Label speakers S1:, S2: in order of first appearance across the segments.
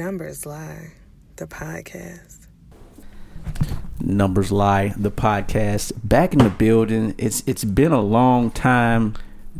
S1: Numbers Lie, the podcast.
S2: Numbers Lie, the podcast. Back in the building. It's it's been a long time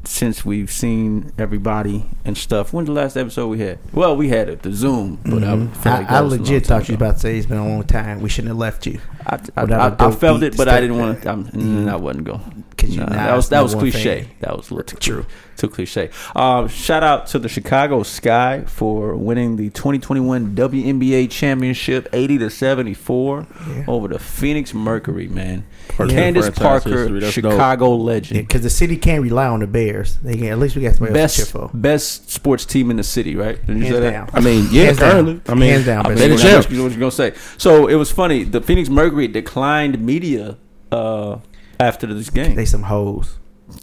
S2: since we've seen everybody and stuff. When's the last episode we had? Well, we had it, the Zoom, but I
S3: Mhm.
S2: feel like
S3: I, I
S2: that was a long
S3: legit
S2: time
S3: thought you was
S2: ago.
S3: about to say it's been a long time. We shouldn't have left you
S2: I, I,
S3: without a
S2: I, I
S3: dope
S2: felt
S3: beat
S2: it,
S3: to
S2: but I
S3: step
S2: didn't want
S3: back.
S2: to. I'm,
S3: Mhm.
S2: I wasn't going.
S3: because you.
S2: Nah,
S3: know
S2: that was
S3: it's
S2: that was
S3: number one
S2: cliche.
S3: fan.
S2: That was a little
S3: True.
S2: too cliche. Um, shout out to the Chicago Sky for winning the 2021 WNBA championship, 80 to 74,
S3: Yeah.
S2: over the Phoenix Mercury. Man,
S3: Parker
S2: Candace
S4: franchise
S2: Parker,
S4: history, that's dope.
S2: Chicago
S3: Yeah,
S2: legend,
S3: because the city can't rely on the Bears. They can, at least we got somebody else to cheer
S2: best
S3: for.
S2: best sports team in the city, right? Didn't you
S3: Hands
S2: say that?
S3: down.
S4: I mean, yeah,
S3: Hands down.
S4: currently. I mean,
S3: Hands down,
S4: I mean,
S3: best
S4: they the
S3: team.
S4: champs.
S2: What you what you gonna say? So it was funny. The Phoenix Mercury declined media uh, after this game.
S3: They some hoes.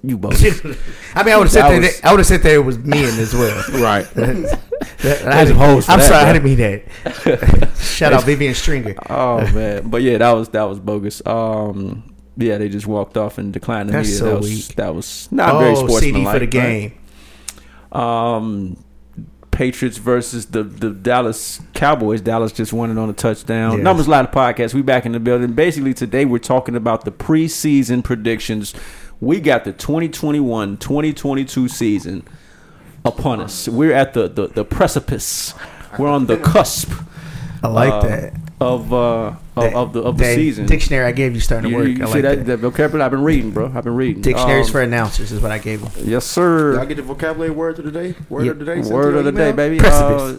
S2: you both.
S3: I mean, I would have said
S2: That
S3: that.
S2: was-
S3: I would have said that it was men as well.
S4: Right.
S3: That-
S2: some
S3: I didn't- I'm
S2: hoes for
S3: sorry,
S2: that,
S3: I didn't mean that. Shout out Vivian Stringer.
S2: Oh man, but yeah, that was that was bogus. Um, yeah, they just walked off and declined the
S3: That's
S2: media.
S3: so
S2: that was
S3: weak.
S2: that was not very
S3: oh, CD
S2: sportsmanlike.
S3: for the
S2: right?
S3: game.
S2: Um, Patriots versus the the Dallas Cowboys. Dallas just won it on a touchdown.
S3: Yes.
S2: Numbers Live podcast. We back in the building. Basically, today we're talking about the preseason predictions. We got the 2021-2022 season upon us. We're at the the, the precipice. We're on the cusp
S3: I like
S2: uh,
S3: that.
S2: of uh of,
S3: That-
S2: of the of the
S3: that
S2: season.
S3: Dictionary I gave you starting
S2: You,
S3: to work.
S2: you see
S3: I like
S2: that,
S3: that.
S2: that vocabulary? I've been reading, bro. I've been reading.
S3: Dictionaries
S2: Um,
S3: for announcers is what I gave them.
S2: Yes, sir.
S4: Y'all get the vocabulary words of the day? Word
S3: Yeah.
S4: of the day? Send
S2: Word
S4: to
S2: of the
S4: email?
S2: day, baby.
S3: Precipice.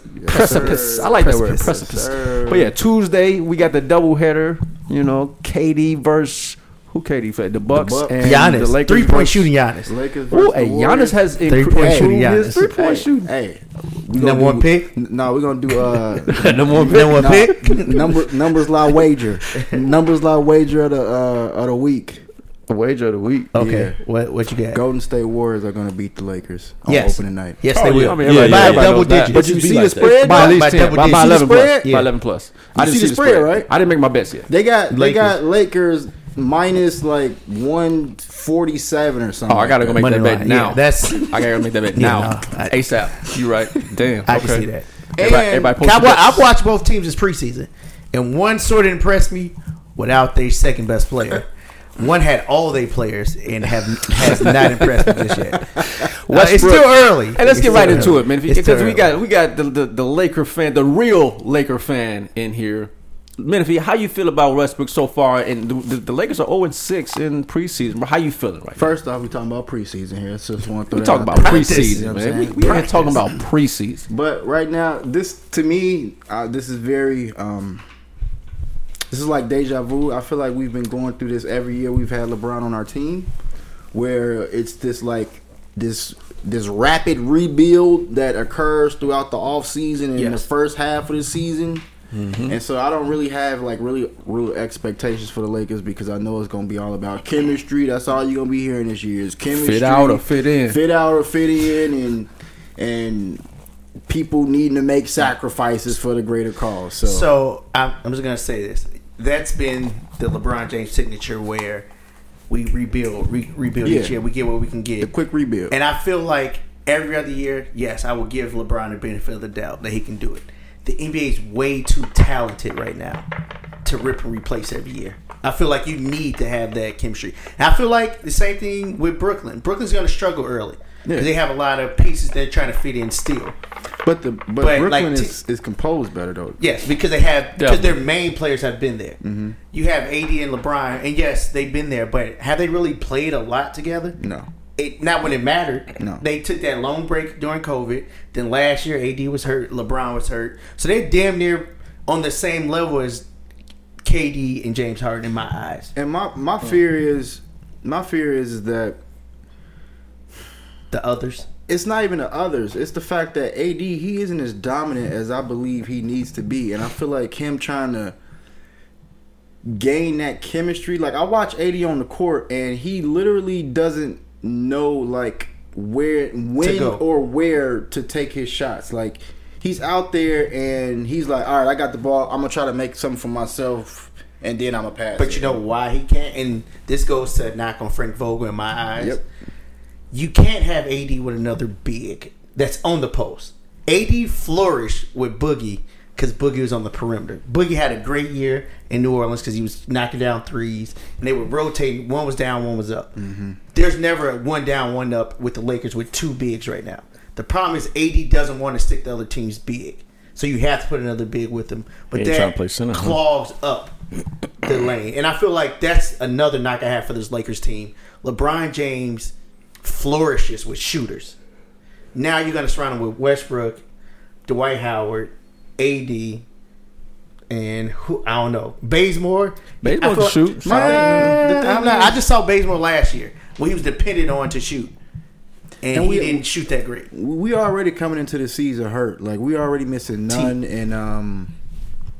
S2: Uh, precipice.
S4: sir.
S2: I like that word.
S3: Precipice.
S2: Precipice.
S4: Sir.
S2: But yeah, Tuesday we got the doubleheader. You know, KD versus who? KD played the Bucks
S4: Bucks.
S2: and the
S3: Giannis,
S2: Lakers.
S3: three point
S2: versus-
S3: shooting Giannis,
S4: Lakers
S2: Ooh,
S4: versus
S2: and
S4: the
S2: Giannis
S4: Warriors.
S2: has improved
S3: Three-point shooting
S2: his
S3: Giannis.
S2: three point
S4: hey,
S2: shooting.
S4: Hey, we
S3: number
S4: gonna
S3: one
S4: do-
S3: pick.
S4: N- No, we're gonna do uh,
S2: No more
S3: Number one
S4: no,
S3: pick.
S4: number numbers law wager, numbers law wager of the uh, of the week.
S2: wager of the week.
S3: Okay, what what you got?
S4: Golden State Warriors are gonna beat the Lakers on
S3: Yes.
S4: opening night.
S3: Yes,
S2: Oh,
S3: they
S2: yeah,
S3: will.
S2: I mean,
S3: by
S2: everybody- everybody
S3: double
S2: knows that.
S3: digits.
S2: But you
S4: It'd be
S2: see
S4: like
S2: the
S4: that.
S2: spread
S3: By
S2: though?
S3: at least By 10. double
S2: by, by
S3: digits.
S2: eleven
S4: You see the
S2: plus.
S3: spread?
S2: By
S3: Yeah.
S2: eleven plus.
S4: You
S2: I didn't see the spread,
S4: right?
S2: I didn't make my bets yet.
S4: They got they
S3: Lakers.
S4: got Lakers minus like one forty seven or something.
S2: Oh, I gotta go
S4: like
S2: make
S3: Money
S2: that bet
S3: line.
S2: now.
S3: Yeah, that's
S2: I gotta make that bet
S3: Yeah,
S2: now,
S3: no, I-
S2: ASAP. You right? Damn.
S3: I can see that.
S2: Everybody,
S4: And
S2: everybody post
S3: Cowboy,
S2: your bets.
S3: I've watched both teams this preseason, and one sort of impressed me without their second best player. One had all their players and have has not impressed me just yet. Uh, it's
S2: Westbrook.
S3: still early.
S2: Hey, let's
S3: It's
S2: get right
S3: still
S2: into
S3: early.
S2: it, man.
S3: It's still
S2: Because we
S3: early.
S2: got we got the, the the Laker fan, the real Laker fan in here. Menifee, how you feel about Westbrook so far? And the, the, the Lakers are zero and six in preseason. How you feeling right
S4: First off, we talking about preseason here. So just want to
S2: now? We talking about
S3: Practice,
S4: you know
S2: preseason,
S4: what I'm
S2: man. We,
S4: saying?
S2: we ain't talking about preseason.
S4: But right now, this to me, uh, this is very. Um, this is like deja vu. I feel like we've been going through this every year. We've had LeBron on our team, where it's this like this this rapid rebuild that occurs throughout the off season and the
S2: Yes. Mm-hmm.
S4: first half of the season. And so I don't really have like really real expectations for the Lakers because I know it's gonna be all about chemistry. That's all you're gonna be hearing this year is chemistry.
S2: out or fit in.
S4: Fit out or fit in, and and people needing to make sacrifices for the greater cause. So,
S3: So I'm, I'm just gonna say this. That's been the LeBron James signature where we rebuild, re- rebuild
S4: Yeah.
S3: each year. We get what we can get.
S4: the quick rebuild.
S3: And I feel like every other year, yes, I will give LeBron the benefit of the doubt that he can do it. The NBA is way too talented right now to rip and replace every year. I feel like you need to have that chemistry. And I feel like the same thing with Brooklyn. Brooklyn's going to struggle early. 'cause
S4: Yeah.
S3: They have a lot of pieces they're trying to fit in still.
S4: but the but,
S3: like,
S4: Brooklyn
S3: t-
S4: is, is composed better though.
S3: Yes, because they have because
S2: Definitely.
S3: their main players have been there. You have AD and LeBron, and yes, they've been there. But have they really played a lot together?
S4: No.
S3: it not when it mattered.
S4: No.
S3: They took that long break during COVID. Then last year, AD was hurt, LeBron was hurt, so they're damn near on the same level as KD and James Harden in my eyes.
S4: And my my fear is my fear is that
S3: The others,
S4: it's not even the others. It's the fact that AD he isn't as dominant as I believe he needs to be, and I feel like him trying to gain that chemistry. Like I watch AD on the court, and he literally doesn't know like where, when,
S3: go.
S4: or where to take his shots. Like he's out there, and he's like, "All right, I got the ball. I'm gonna try to make something for myself, and then I'm gonna pass."
S3: but
S4: it."
S3: you know why he can't. And this goes to knock on Frank Vogel in my eyes.
S4: Yep.
S3: You can't have AD with another big that's on the post. AD flourished with Boogie because Boogie was on the perimeter. Boogie had a great year in New Orleans because he was knocking down threes, and they would rotate. One was down, one was up. There's never a one down, one up with the Lakers with two bigs right now. The problem is AD doesn't want to stick the other team's big, so you have to put another big with them. But
S5: He ain't trying
S3: that
S5: to play center, huh?
S3: clogs up the lane, and I feel like that's another knock I have for this Lakers team. LeBron James flourishes with shooters. Now you're going to surround him with Westbrook, Dwight Howard, AD, and who I don't know. Bazemore.
S2: Bazemore
S3: I
S2: can
S3: feel-
S2: shoot.
S3: Nah,
S4: Solid.
S3: the thing
S4: I'm
S3: is-
S4: not-
S3: I just saw Bazemore last year when he was dependent on to shoot, and,
S4: And
S3: he
S4: we-
S3: didn't shoot that great.
S4: we already coming into the season hurt. Like we already missing none and um,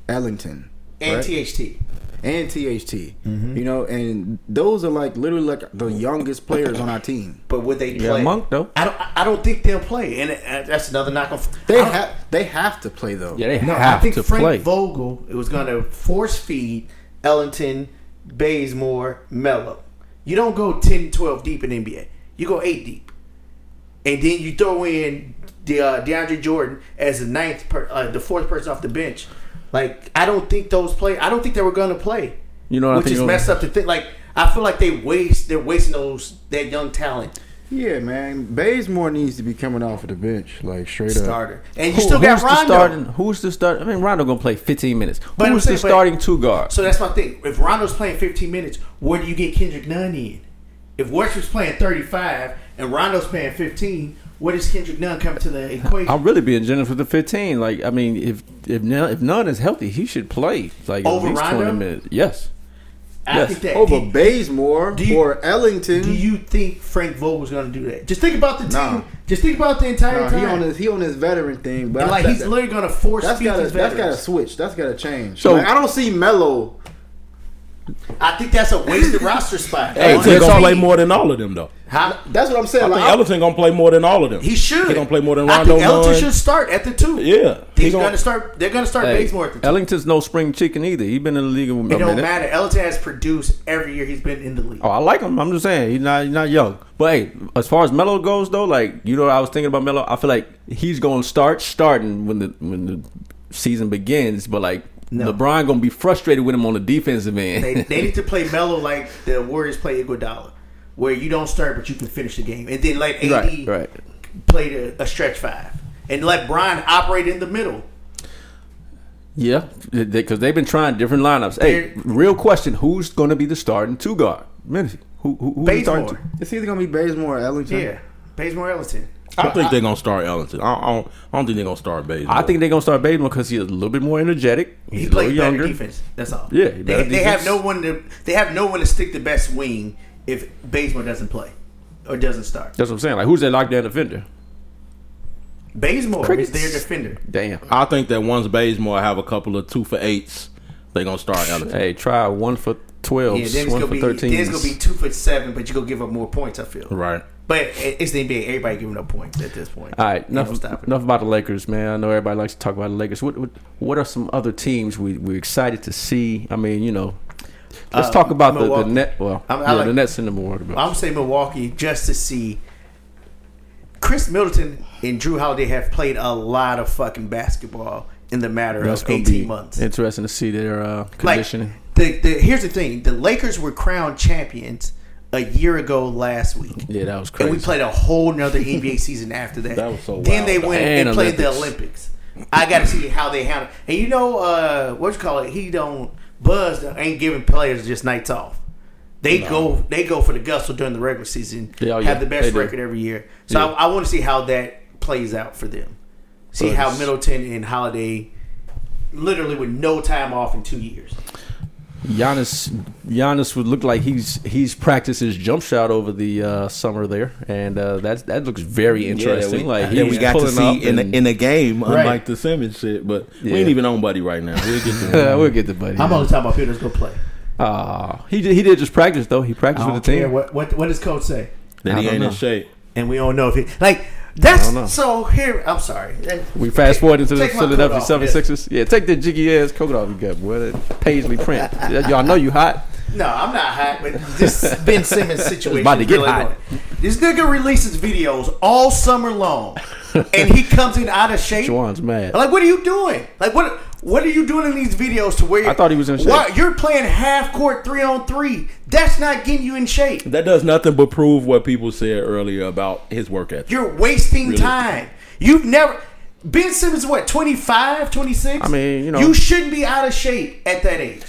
S4: Ellington
S3: And
S4: right?
S3: THT.
S4: and THT.
S3: Mm-hmm.
S4: You know, and those are like literally like the youngest players on our team.
S3: But would they
S2: Yeah,
S3: play?
S2: Monk, though.
S3: I don't. I don't think they'll play, and uh, that's another knock on.
S4: They
S3: I don't-
S4: have they have to play though.
S2: Yeah, they
S3: No,
S2: have
S3: I think
S2: to
S3: Frank
S2: play.
S3: Vogel was going to force feed Ellington, Bazemore, Mello. You don't go 10, 12 deep in NBA. You go eight deep, and then you throw in the uh, DeAndre Jordan as the ninth, per, uh, the fourth person off the bench. Like I don't think those play. I don't think they were going to play.
S2: You know what I
S3: which
S2: think
S3: is
S2: it was-
S3: messed up to think. Like I feel like they waste. They're wasting those that young talent
S4: Yeah, man. Bazemore needs to be coming off of the bench, like straight up.
S3: starter, and you
S2: Who-
S3: still got
S2: who's The
S3: Rondo.
S2: starting, who's the start? I mean, Rondo gonna play 15 minutes.
S3: But I'm
S2: who's the
S3: saying, but-
S2: starting two guard?
S3: So that's my thing. If Rondo's playing 15 minutes, where do you get Kendrick Nunn in? If Westbrook's playing 35 and Rondo's playing 15, where does Kendrick Nunn come to the equation?
S2: I'm really being generous with the 15. Like, I mean, if if none, if none is healthy, he should play like
S3: Over
S2: at least
S3: Rondo?
S2: 20 minutes. Yes.
S3: I
S2: yes.
S3: think that.
S4: Over
S3: do,
S4: Bazemore
S3: Do you-
S4: or Ellington.
S3: do you think Frank Vogel's going to do that? Just think about the team.
S4: Nah.
S3: Just think about the entire
S4: Nah,
S3: time.
S4: he on his he on his veteran thing, but
S3: And,
S4: I-
S3: like
S4: that-
S3: he's literally going to force
S4: that's
S3: feed
S4: gotta
S3: his
S4: that's gotta
S3: veterans.
S4: switch. That's gotta change.
S2: So-
S4: So like, I don't see Melo.
S3: I think that's a wasted roster spot.
S5: Hey,
S3: Honestly.
S5: they're gonna play more than all of them though.
S3: How-
S4: That's what I'm
S5: I
S4: saying.
S5: think
S4: Like, I-
S5: Ellington gonna play more than all of them.
S3: He should.
S5: He gonna play more than
S3: I
S5: Rondo.
S3: think Elton
S5: Nunn.
S3: should start at the two.
S5: Yeah,
S3: he's,
S5: He
S3: gonna,
S5: gonna-
S3: start. They're gonna start
S2: Hey,
S3: Bazemore at the two.
S2: Ellington's no spring chicken either. He's been in the league a
S3: It don't
S2: minute.
S3: matter. Elton has produced every year he's been in the league.
S2: Oh, I like him. I'm just saying he's not he's not young. But hey, as far as Melo goes though, like you know, what I was thinking about Melo. I feel like he's gonna start starting when the when the season begins. But like
S3: No.
S2: LeBron gonna be frustrated with him on the defensive end.
S3: They, they need to play mellow like the Warriors play Iguodala, where you don't start but you can finish the game, and then let AD
S2: right, right.
S3: play the, a stretch five, and let Brian operate in the middle.
S2: Yeah, because they've been trying different lineups. Hey,
S3: They're-
S2: real question: Who's gonna be the starting two guard? Minnesota. Who, who, who's the starting two?
S3: Bazemore,
S4: it's either gonna be Bazemore or Ellington.
S3: yeah, Bazemore Ellington.
S5: I think they're gonna start Ellington. I, I, don't, I don't think they're gonna start Bazemore.
S2: I think they're gonna start Bazemore because he's a little bit more energetic. He's
S3: He
S2: a little
S3: plays better
S2: younger.
S3: defense. That's all.
S2: Yeah, he
S3: they,
S2: better
S3: they have
S2: defense.
S3: no one to they have no one to stick the best wing if Bazemore doesn't play or doesn't start.
S2: That's what I'm saying. Like, who's their lockdown defender?
S3: Bazemore
S2: Crickets.
S3: is their defender.
S2: Damn.
S5: I think that once Bazemore have a couple of two for eights, they're gonna start Ellington.
S2: Hey, try one for twelve,
S3: Yeah, then it's
S2: Oh, one
S3: gonna
S2: for
S3: be
S2: thirteen.
S3: then it's gonna be two for seven, but you gonna give up more points. I feel
S5: Right.
S3: But it- it's the NBA. Everybody giving up points at this point.
S2: All right,
S3: You know,
S2: enough,
S3: stop it.
S2: enough about the Lakers, man. I know everybody likes to talk about the Lakers. What what, what are some other teams we we're excited to see? I mean, you know, let's
S3: Uh,
S2: talk about the, the
S3: Milwaukee.
S2: net. Well,
S3: I'm- I
S2: yeah,
S3: like-
S2: the Nets in the Milwaukee. Bucks.
S3: I'm gonna say Milwaukee just to see. Chris Middleton and Drew Holiday have played a lot of fucking basketball in the matter
S2: That's
S3: of
S2: gonna
S3: 18
S2: be
S3: months.
S2: interesting to see their uh, conditioning.
S3: Like, the, the, here's the thing: the Lakers were crowned champions a year ago last week.
S2: yeah, that was
S3: and
S2: crazy.
S3: we played a whole nother NBA season after that.
S5: That was so
S3: Then
S5: wild.
S3: they went and,
S2: And
S3: played the
S2: Olympics.
S3: Olympics. I got to see how they handle. And you know, uh, what you call it? He don't buzz. Ain't giving players just nights off. They go. They go for the gusto during the regular season.
S2: Yeah, oh, yeah.
S3: Have the
S2: They
S3: best
S2: do.
S3: record every year. So
S2: Yeah.
S3: I, I want to see how that plays out for them. See
S2: But
S3: how
S2: it's-
S3: Middleton and Holiday, literally with no time off in two years.
S2: Giannis Giannis would look like he's he's practiced his jump shot over the uh, summer there, and uh, that that looks very interesting. like
S5: that
S2: he's
S5: we got to
S2: pulling up
S5: see in a,
S2: and-
S5: in a game,
S3: Right.
S5: unlike the Simmons shit. But
S2: Yeah.
S5: we ain't even on buddy right now. We'll get to
S2: we'll get the buddy.
S3: I'm only talking about people that's gonna play.
S2: Aw. he did, he did just practice though. He
S3: I
S2: practiced
S3: don't
S2: with the
S3: care
S2: team.
S3: what what what does coach say.
S5: that.
S2: I
S5: He
S2: don't
S5: ain't
S2: know.
S5: in shape.
S3: and we don't know if he like that's
S2: don't know.
S3: so here I'm sorry.
S2: We fast forward into the
S3: Take my coat
S2: Philadelphia
S3: off, yeah.
S2: 76ers. Yeah, take the jiggy ass coat off you got, boy. That Paisley print. Y'all know you hot.
S3: No, I'm not hot, but this Ben Simmons situation
S2: It's about to
S3: is
S2: get hot.
S3: annoying. This nigga releases videos all summer long and he comes in out of shape.
S2: Juwan's mad.
S3: Like what are you doing? Like what What are you doing in these videos to where
S2: I thought he was in shape.
S3: Why, you're playing half court three on three. That's not getting you in shape.
S5: That does nothing but prove what people said earlier about his work ethic.
S3: You're wasting
S5: Really?
S3: time. You've never. Ben Simmons, what, 25, 26?
S2: I mean, you know.
S3: You shouldn't be out of shape at that age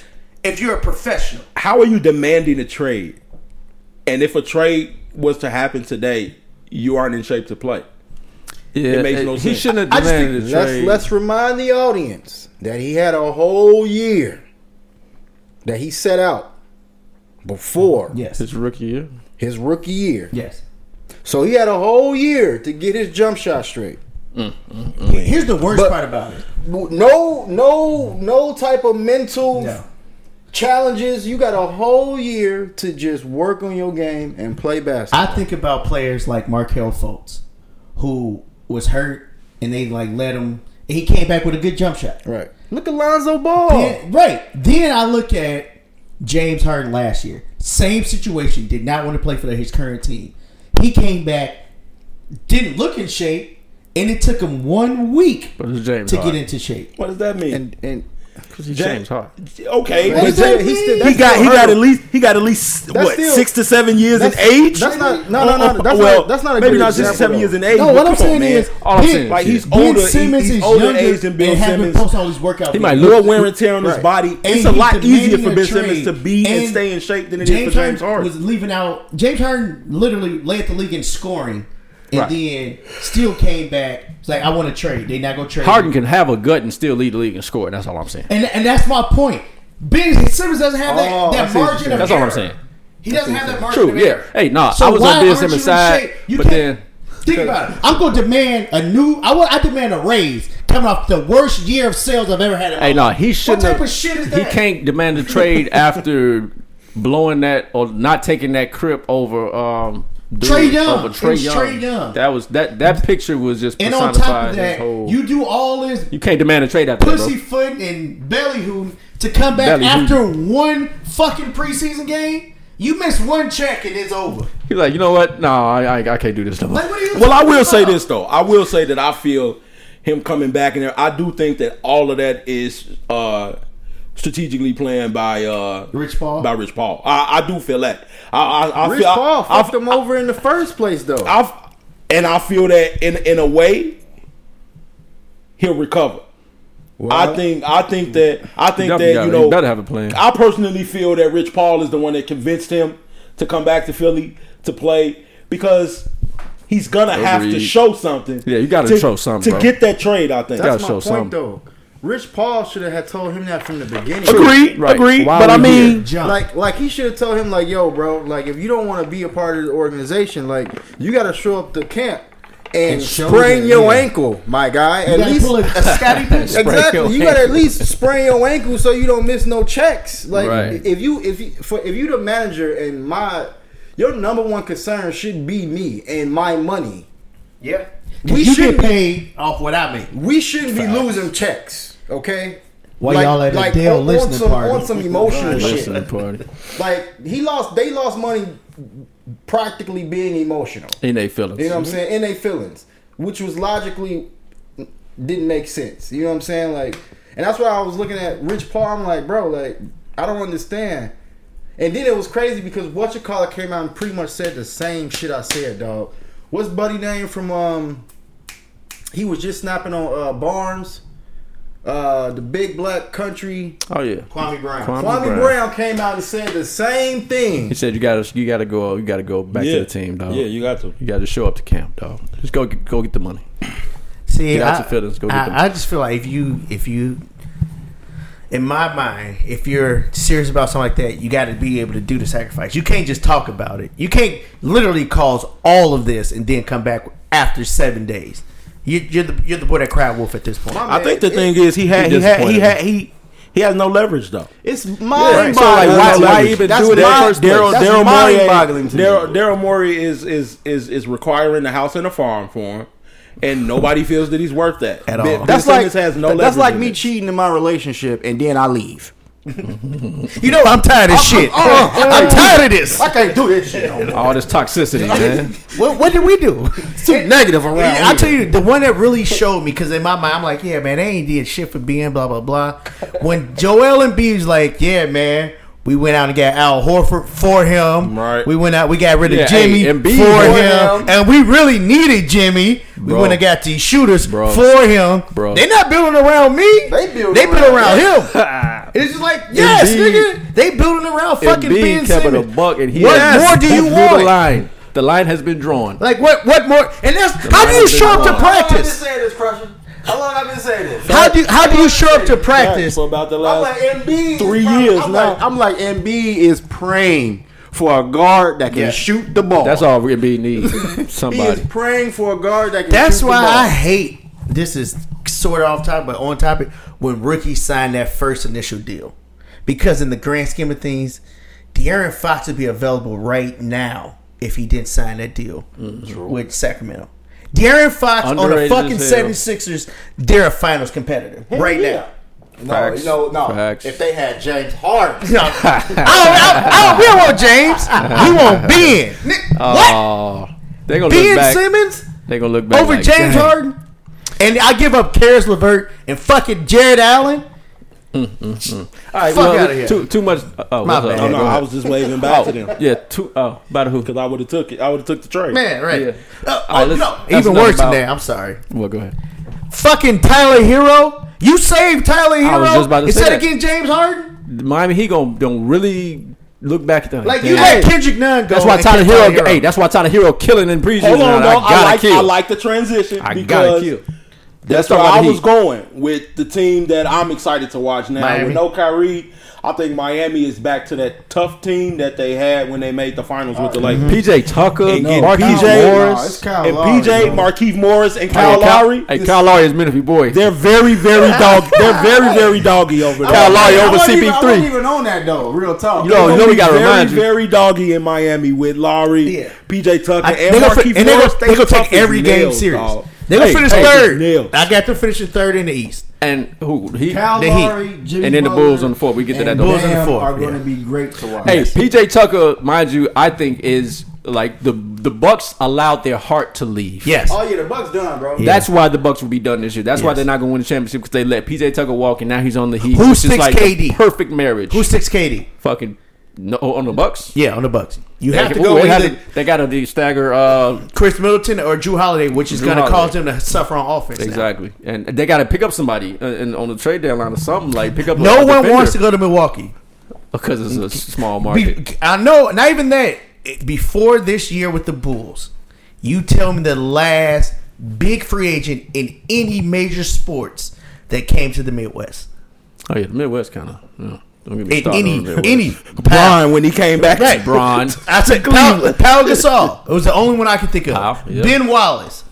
S3: if you're a professional.
S5: How are you demanding a trade? And if a trade was to happen today, you aren't in shape to play.
S2: Yeah,
S5: It makes no
S2: he
S5: sense.
S2: shouldn't
S4: I
S2: have
S4: just think-
S2: demanded a
S4: let's,
S2: trade.
S4: let's remind the audience that he had a whole year that he set out before
S2: His rookie year.
S4: his rookie year.
S3: Yes.
S4: So he had a whole year to get his jump shot straight.
S3: Here's the worst
S4: But-
S3: part about it.
S4: No, no, no type of mental challenges. You got a whole year to just work on your game and play basketball.
S3: I think about players like Markel Fultz, who was hurt and they like let him. And he came back with a good jump shot.
S4: right. Look at Lonzo Ball.
S2: Oh.
S3: Then- right. Then I look at James Harden last year. Same situation. Did not want to play for his current team. He came back, didn't look in shape, and it took him one week
S2: But it's James
S3: to
S2: Harden.
S3: get into shape.
S5: What does that mean?
S4: And and
S2: Because he's
S5: Ja-
S2: James Harden.
S5: okay,
S4: What
S5: but
S4: does that mean?
S5: he
S4: That's
S5: got
S4: still
S5: he got
S4: hurdle.
S5: at least he got at least what
S4: still-
S5: six to seven years in
S4: that's-
S5: age. Oh,
S4: that's not- no, no, no, that's
S5: well,
S4: not- that's not a
S5: maybe
S4: good
S5: not six to
S4: example,
S5: seven
S4: though.
S5: years in age.
S3: No,
S5: but
S3: what
S5: come
S3: I'm
S5: on,
S3: saying
S5: man.
S3: is,
S2: All I'm
S3: Ben-
S2: saying is
S5: like
S2: shit.
S5: he's
S3: Ben
S5: older. he-
S3: Simmons
S5: he's
S3: is
S5: older
S3: younger
S5: age than Ben
S3: and haven't
S5: Simmons.
S3: posted all his workout.
S2: He might
S3: videos.
S2: look-
S5: More wear and tear on his
S4: Right.
S5: body. it's
S3: And
S5: a
S3: he's
S5: lot easier
S3: demanding a
S5: for Ben
S3: trade.
S5: Simmons to be and, stay in shape than it is for James Harden.
S3: was leaving out. James Harden literally led the league in scoring, and
S2: Right.
S3: then still came back. It's like I want to trade. They not gonna trade. me.
S2: Harden can have a gut and still lead the league and score. And that's all I'm saying.
S3: and and that's my point. Ben Simmons doesn't have that,
S4: Oh, I
S3: that
S4: see what you're
S3: margin
S4: saying.
S3: of
S2: That's
S3: error.
S2: all I'm saying.
S3: He doesn't have that margin.
S2: True,
S3: of
S2: yeah.
S3: error.
S2: Hey, nah,
S3: So
S2: I was
S3: why
S2: on Ben
S3: aren't you
S2: Simmons'
S3: in
S2: side,
S3: shape? You
S2: but
S3: can't-
S2: then
S3: Think about it. I'm gonna demand a new. I want. I demand a raise coming off the worst year of sales I've ever had. In my
S2: Hey, no,
S3: life.
S2: he shouldn't.
S3: What type
S2: have-
S3: of shit is
S2: He
S3: that?
S2: can't demand a trade after blowing that or not taking that crip over um dude,
S3: Trae Young.
S2: Over
S3: It
S2: Trey
S3: was
S2: Young.
S3: Trae Young.
S2: That was that that picture was just
S3: And
S2: personified.
S3: on top of
S2: his
S3: that,
S2: whole, you,
S3: you do all this
S2: can't demand a trade after that, bro.
S3: pussyfoot and bellyhoon to come back
S2: Bellyhoon.
S3: after one fucking preseason game. You miss one check and it's over.
S2: He's like, you know what? No, I, I I can't do this no more.
S3: Like, what are you?
S5: Well, I
S3: talking
S5: will say
S3: about?
S5: this though. I will say that I feel him coming back in there. I do think that all of that is uh strategically planned by uh
S3: Rich Paul?
S5: By Rich Paul. I, I do feel that. I I, I
S4: Rich
S5: feel, I-
S4: Paul
S5: I,
S4: fucked him over in the first place, though.
S5: I, and I feel that in in a way he'll recover. I think I think that I think
S2: Definitely
S5: that
S2: gotta-
S5: you
S2: he
S5: know
S2: better have a plan.
S5: I personally feel that Rich Paul is the one that convinced him to come back to Philly to play because he's gonna have to
S2: Agreed.
S5: show something.
S2: Yeah, you gotta show something,
S5: to
S2: bro.
S5: get that trade. I think.
S2: That's-
S4: That's my
S2: show
S4: point,
S2: something.
S4: though. Rich Paul should have had told him that from the beginning.
S5: Agreed,
S2: Right.
S5: agreed.
S2: Why
S5: but
S2: are
S5: I
S2: we
S5: mean,
S2: here?
S3: Jump.
S4: Like, like he should have told him, like, yo, bro, like, if you don't want to be a part of the organization, like, you got to show up to camp and,
S3: And show
S4: sprain
S3: them,
S4: your
S3: yeah.
S4: ankle, my guy.
S3: You
S4: at
S3: gotta
S4: least,
S3: pull a, a Scotty Pippen.
S2: your
S4: exactly. You got to at
S2: ankle.
S4: least sprain your ankle so you don't miss no checks. Like,
S2: Right.
S4: if you, if you, for, if you the manager and my, your number one concern should be me and my money.
S3: Yeah.
S4: We
S3: We you
S4: should
S3: get
S4: be-
S3: paid Uh, off what I make.
S4: We shouldn't be losing checks, okay?
S3: While y'all at the Dale
S4: on, on
S3: listening
S4: some,
S3: party.
S4: on some emotional
S2: Listening
S4: shit.
S2: party.
S4: Like he lost, they lost money practically being emotional.
S2: In they feelings.
S4: You know what I'm saying? In their feelings, which was logically didn't make sense. You know what I'm saying? Like, and that's why I was looking at Rich Paul. I'm like, bro, like I don't understand. And then it was crazy because what your caller came out and pretty much said the same shit I said, dog. What's buddy name from? Um, he was just snapping on uh, Barnes, uh, the big black country.
S2: Oh yeah.
S3: Kwame Brown.
S2: Kwame-
S4: Kwame Brown.
S2: Brown.
S4: came out and said the same thing.
S2: He said you gotta you gotta go you gotta go back
S5: yeah,
S2: to the team, dog.
S5: Yeah, you got to.
S2: You gotta show up to camp, dog. Just go get- go get the money.
S3: See,
S2: Get out
S3: I,
S2: your feelings, go get them.
S3: I, I just feel like if you, if you, in my mind, if you're serious about something like that, you got to be able to do the sacrifice. You can't just talk about it. You can't literally cause all of this and then come back after seven days. You, you're the you're the boy that cried wolf at this point.
S4: My
S5: I
S4: man,
S5: think the
S4: it-
S5: thing is he had
S2: He
S5: he, had he
S2: disappointed
S5: had he he has no leverage though.
S4: It's
S5: Right.
S4: mind boggling.
S5: So like, why, why
S2: even
S5: even
S4: that's
S5: do it in the
S4: mind-
S5: first place?
S4: That's
S5: Daryl
S4: mind
S5: Morey-
S4: boggling to
S5: Daryl-
S4: me.
S5: Daryl Morey is is is is requiring the house and a farm for him, and nobody feels that he's worth that
S3: At all.
S5: Ben, ben
S4: That's like
S5: Simmons has no.
S4: that's
S5: leverage
S4: like
S5: in
S4: me
S5: it.
S4: cheating in my relationship and then I leave.
S3: You know I'm tired of shit. I'm tired of this.
S4: I can't do this shit. no more.
S2: All this toxicity, man.
S3: What, what did we do?
S4: It's too negative around.
S3: Yeah, I'll
S4: here.
S3: tell you the one that really showed me because in my mind I'm like, yeah, man, they ain't did shit for being blah blah blah. When Joel and B's like, yeah, man, we went out and got Al Horford for him.
S5: Right.
S3: We went out, we got rid of
S2: Yeah,
S3: Jimmy
S2: hey,
S3: for,
S2: Embiid
S3: him. and we really needed Jimmy. We
S5: Bro.
S3: went and got these shooters
S5: Bro.
S3: for him.
S5: Bro.
S3: They not building around me.
S4: They building
S3: they build around
S4: around
S3: him. it's just like, yes,
S2: Embiid-
S3: nigga, they building around fucking Ben
S2: Embiid kept it a
S3: Simmons.
S2: buck, and he
S3: What
S2: has-
S3: more do you
S2: drew
S3: want?
S2: The line, the line has been drawn.
S3: Like what? What more? And that's how do you
S2: Raptors
S3: show up to
S2: won.
S6: How long I've been
S3: practice?
S4: Oh,
S6: saying this, Crusher? How long I've been saying this?
S3: How do how do you show up to practice?
S5: for about the
S6: I'm like
S5: last
S6: MB.
S5: three years
S4: I'm
S5: now.
S4: like, I'm like Embiid is praying for a guard that can
S3: Yeah.
S4: shoot the ball.
S2: That's all Embiid needs.
S4: He is
S2: Somebody.
S4: praying for a guard that can.
S3: That's
S4: shoot
S3: why
S4: the ball.
S3: I hate. This is sort of off topic, but on topic. When rookies signed that first initial deal, because in the grand scheme of things, De'Aaron Fox would be available right now if he didn't sign that deal with Sacramento. De'Aaron Fox
S2: Mm, Underrated
S3: on the fucking
S2: as hell.
S3: 76ers, they're a finals competitor right now.
S4: No,
S2: Facts.
S4: you know, no.
S2: Facts.
S4: If they had James Harden,
S3: No, I don't, I, I don't, we don't want James. We want Ben. Ni- what?
S2: Oh, they gonna look
S3: Ben
S2: back.
S3: Simmons?
S2: They gonna look back
S3: over
S2: like, "Dang."
S3: James Harden, and I give up Karis LeVert and fucking Jared Allen.
S2: All right,
S3: Fuck
S2: well,
S3: outta here.
S2: Too, too much. Oh,
S3: My
S2: what's up?
S3: bad.
S2: Oh,
S5: no,
S2: go
S5: I
S2: ahead.
S5: was just waving back to them
S2: yeah, too. Oh, about who?
S5: because I would have took it. I would have took the trade.
S3: Man, right?
S2: Yeah.
S3: Uh,
S2: All right,
S3: oh,
S2: let's-
S3: no,
S2: that's
S3: even
S2: enough
S3: worse than
S2: about-
S3: that. I'm sorry.
S2: Well, go ahead.
S3: Fucking Tyler Hero. You saved Tyler Hero
S2: I was just about to say
S3: instead
S2: that.
S3: of getting James Harden.
S2: Miami Heat gonna don't really look back at that.
S3: Like you
S2: Damn.
S3: let Kendrick Nunn go.
S2: That's why
S3: and
S2: Tyler
S3: kept
S2: Hero, Hey, that's why Tyler Hero killing in preseason.
S5: Hold
S2: now.
S5: on,
S2: I
S5: though. I,
S2: gotta
S5: like
S2: kill.
S5: I like the transition.
S2: I gotta
S5: because
S2: kill.
S5: That's
S2: talk
S5: where
S2: about
S5: I
S2: the
S5: was
S2: Heat.
S5: going with the team that I'm excited to watch now.
S3: Miami.
S5: With no Kyrie, I think Miami is back to that tough team that they had when they made the finals with the
S2: Uh,
S5: Lakers.
S2: PJ Tucker,
S5: And get
S2: Marquise
S5: PJ
S4: Nah, it's
S2: Morris,
S4: Kyle
S5: and
S4: Lowry,
S5: PJ,
S4: bro.
S5: Markeith Morris, and
S2: Hey,
S5: Kyle Lowry.
S2: Hey, Kyle Lowry is Menifee boy.
S5: They're very, very dog. They're very, very doggy over there.
S2: Kyle Lowry
S4: I
S2: over
S4: wasn't even- I wasn't
S2: CP3.
S4: even on that though. Real talk.
S2: You know, you know we gotta
S5: very,
S2: remind you.
S5: very doggy in Miami with Lowry,
S3: Yeah.
S5: PJ Tucker,
S3: I,
S5: and
S3: they gonna, fi-
S5: Markeith
S3: and they
S5: Morris.
S3: gonna, they gonna
S5: tough
S3: take
S5: as
S3: every game
S5: nails,
S3: serious.
S5: dog.
S3: They gonna
S2: Hey,
S3: finish
S2: hey,
S3: third.
S5: nails.
S3: I got them finishing third in the East.
S2: and who he
S4: Kal
S3: The Heat.
S4: Lowry, Jimmy
S2: And then the
S4: Butler,
S2: Bulls on the fourth. We get to
S4: and
S2: that though.
S3: Bulls on the
S4: Bam
S3: fourth,
S4: Are
S3: yeah.
S4: going to be great to watch.
S2: Hey, PJ Tucker, mind you, I think is like the the Bucks allowed their heart to leave.
S3: Yes.
S4: Oh yeah, the Bucks done, bro.
S2: That's why the Bucks will be done this year. That's why
S3: Yes.
S2: they're not going to win the championship because they let PJ Tucker walk and now he's on the Heat.
S3: Who
S2: which is
S3: sticks
S2: like the
S3: KD?
S2: perfect marriage.
S3: Who sticks Katie?
S2: fucking no oh, on the Bucks?
S3: Yeah, on the Bucks. You
S2: They,
S3: have to
S2: ooh,
S3: go
S2: they,
S3: either
S2: had to- they got to de- stagger. Uh,
S3: Chris Middleton or Drew Holiday, which is
S2: Drew
S3: going to
S2: Holiday.
S3: cause them to suffer on offense. now.
S2: exactly, and they got to pick up somebody uh, and on the trade deadline or something like pick up. a-
S3: No
S2: a
S3: one
S2: defender.
S3: wants to go to Milwaukee.
S2: because it's a s- small
S3: Be-
S2: market.
S3: I know, not even that. It- Before this year with the Bulls, you tell me the last big free agent in any major sports that came to the Midwest.
S2: Oh yeah, the Midwest kind of. Yeah. Don't get me
S3: In
S2: started on
S3: any,
S2: the Midwest.
S3: any. Pau-
S5: Brian when he came back.
S3: Right.
S2: Bron.
S3: I said Pau, Pau Gasol. It was the only one I could think of.
S2: Pau, yeah.
S3: Ben Wallace.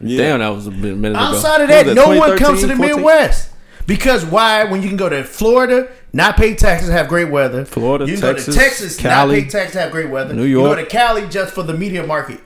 S2: Damn, that was a bit- minute ago.
S3: Outside
S2: What
S3: of that,
S2: was
S3: no one
S2: 2013,
S3: comes to the
S2: 14?
S3: Midwest. Because why? When you can go to Florida, not pay taxes, have great weather.
S2: Florida,
S3: you can go
S2: Texas,
S3: to Texas,
S2: Cali,
S3: not pay taxes, have great weather.
S2: New
S3: You
S2: York.
S3: go to Cali just for the media market.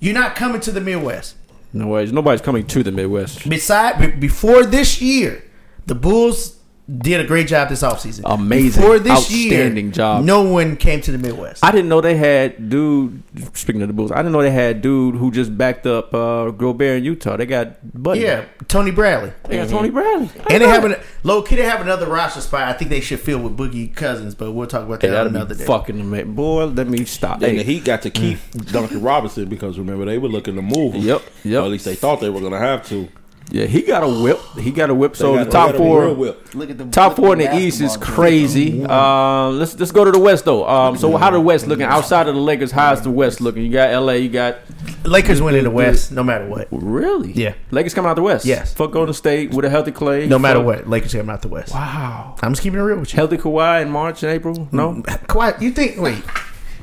S3: You're not coming to the Midwest.
S2: No way. Nobody's coming to the Midwest.
S3: Beside, be- before this year, the Bulls did a great job this offseason.
S2: Amazing.
S3: Before this year,
S2: Outstanding job.
S3: No one came to the Midwest.
S2: I didn't know they had dude. Speaking of the Bulls, I didn't know they had dude who just backed up uh, Gobert in Utah. They got Buddy.
S3: yeah, Tony Bradley.
S2: they
S5: Mm-hmm.
S2: got Tony Bradley.
S3: And they have an low key. They have another roster spot. I think they should fill with Boogie Cousins, but we'll talk about that
S2: Hey,
S3: on
S2: that'd
S3: another
S2: be
S3: day.
S2: fucking amazing. Boy, let me stop.
S5: Then the
S2: Hey,
S5: Heat got to keep Duncan Robinson because remember they were looking to move him.
S2: Yep, yep.
S5: Or at least they thought they were going to have to.
S2: yeah, he got a whip. He got a whip. So
S5: They got-
S2: the
S5: they
S2: top
S5: got a real
S2: four,
S5: whip. Mm-hmm.
S4: Look at the
S2: top four in
S4: look at
S2: the East is
S4: basketball,
S2: crazy. Um, let's let's go to the West though. Um, so how the West looking outside of the Lakers? How's the West looking? You got L.A. You got
S3: Lakers win in the West, no matter what.
S2: really
S3: Yeah.
S2: Lakers coming out the West.
S3: Yes.
S2: fuck Golden State with a healthy Clay.
S3: No matter
S2: Fuck-
S3: what, Lakers coming out the West.
S2: Wow,
S3: I'm just keeping it real with you.
S2: healthy Kawhi in March and April.
S3: Mm-hmm.
S2: No,
S3: Kawhi, you think? Wait,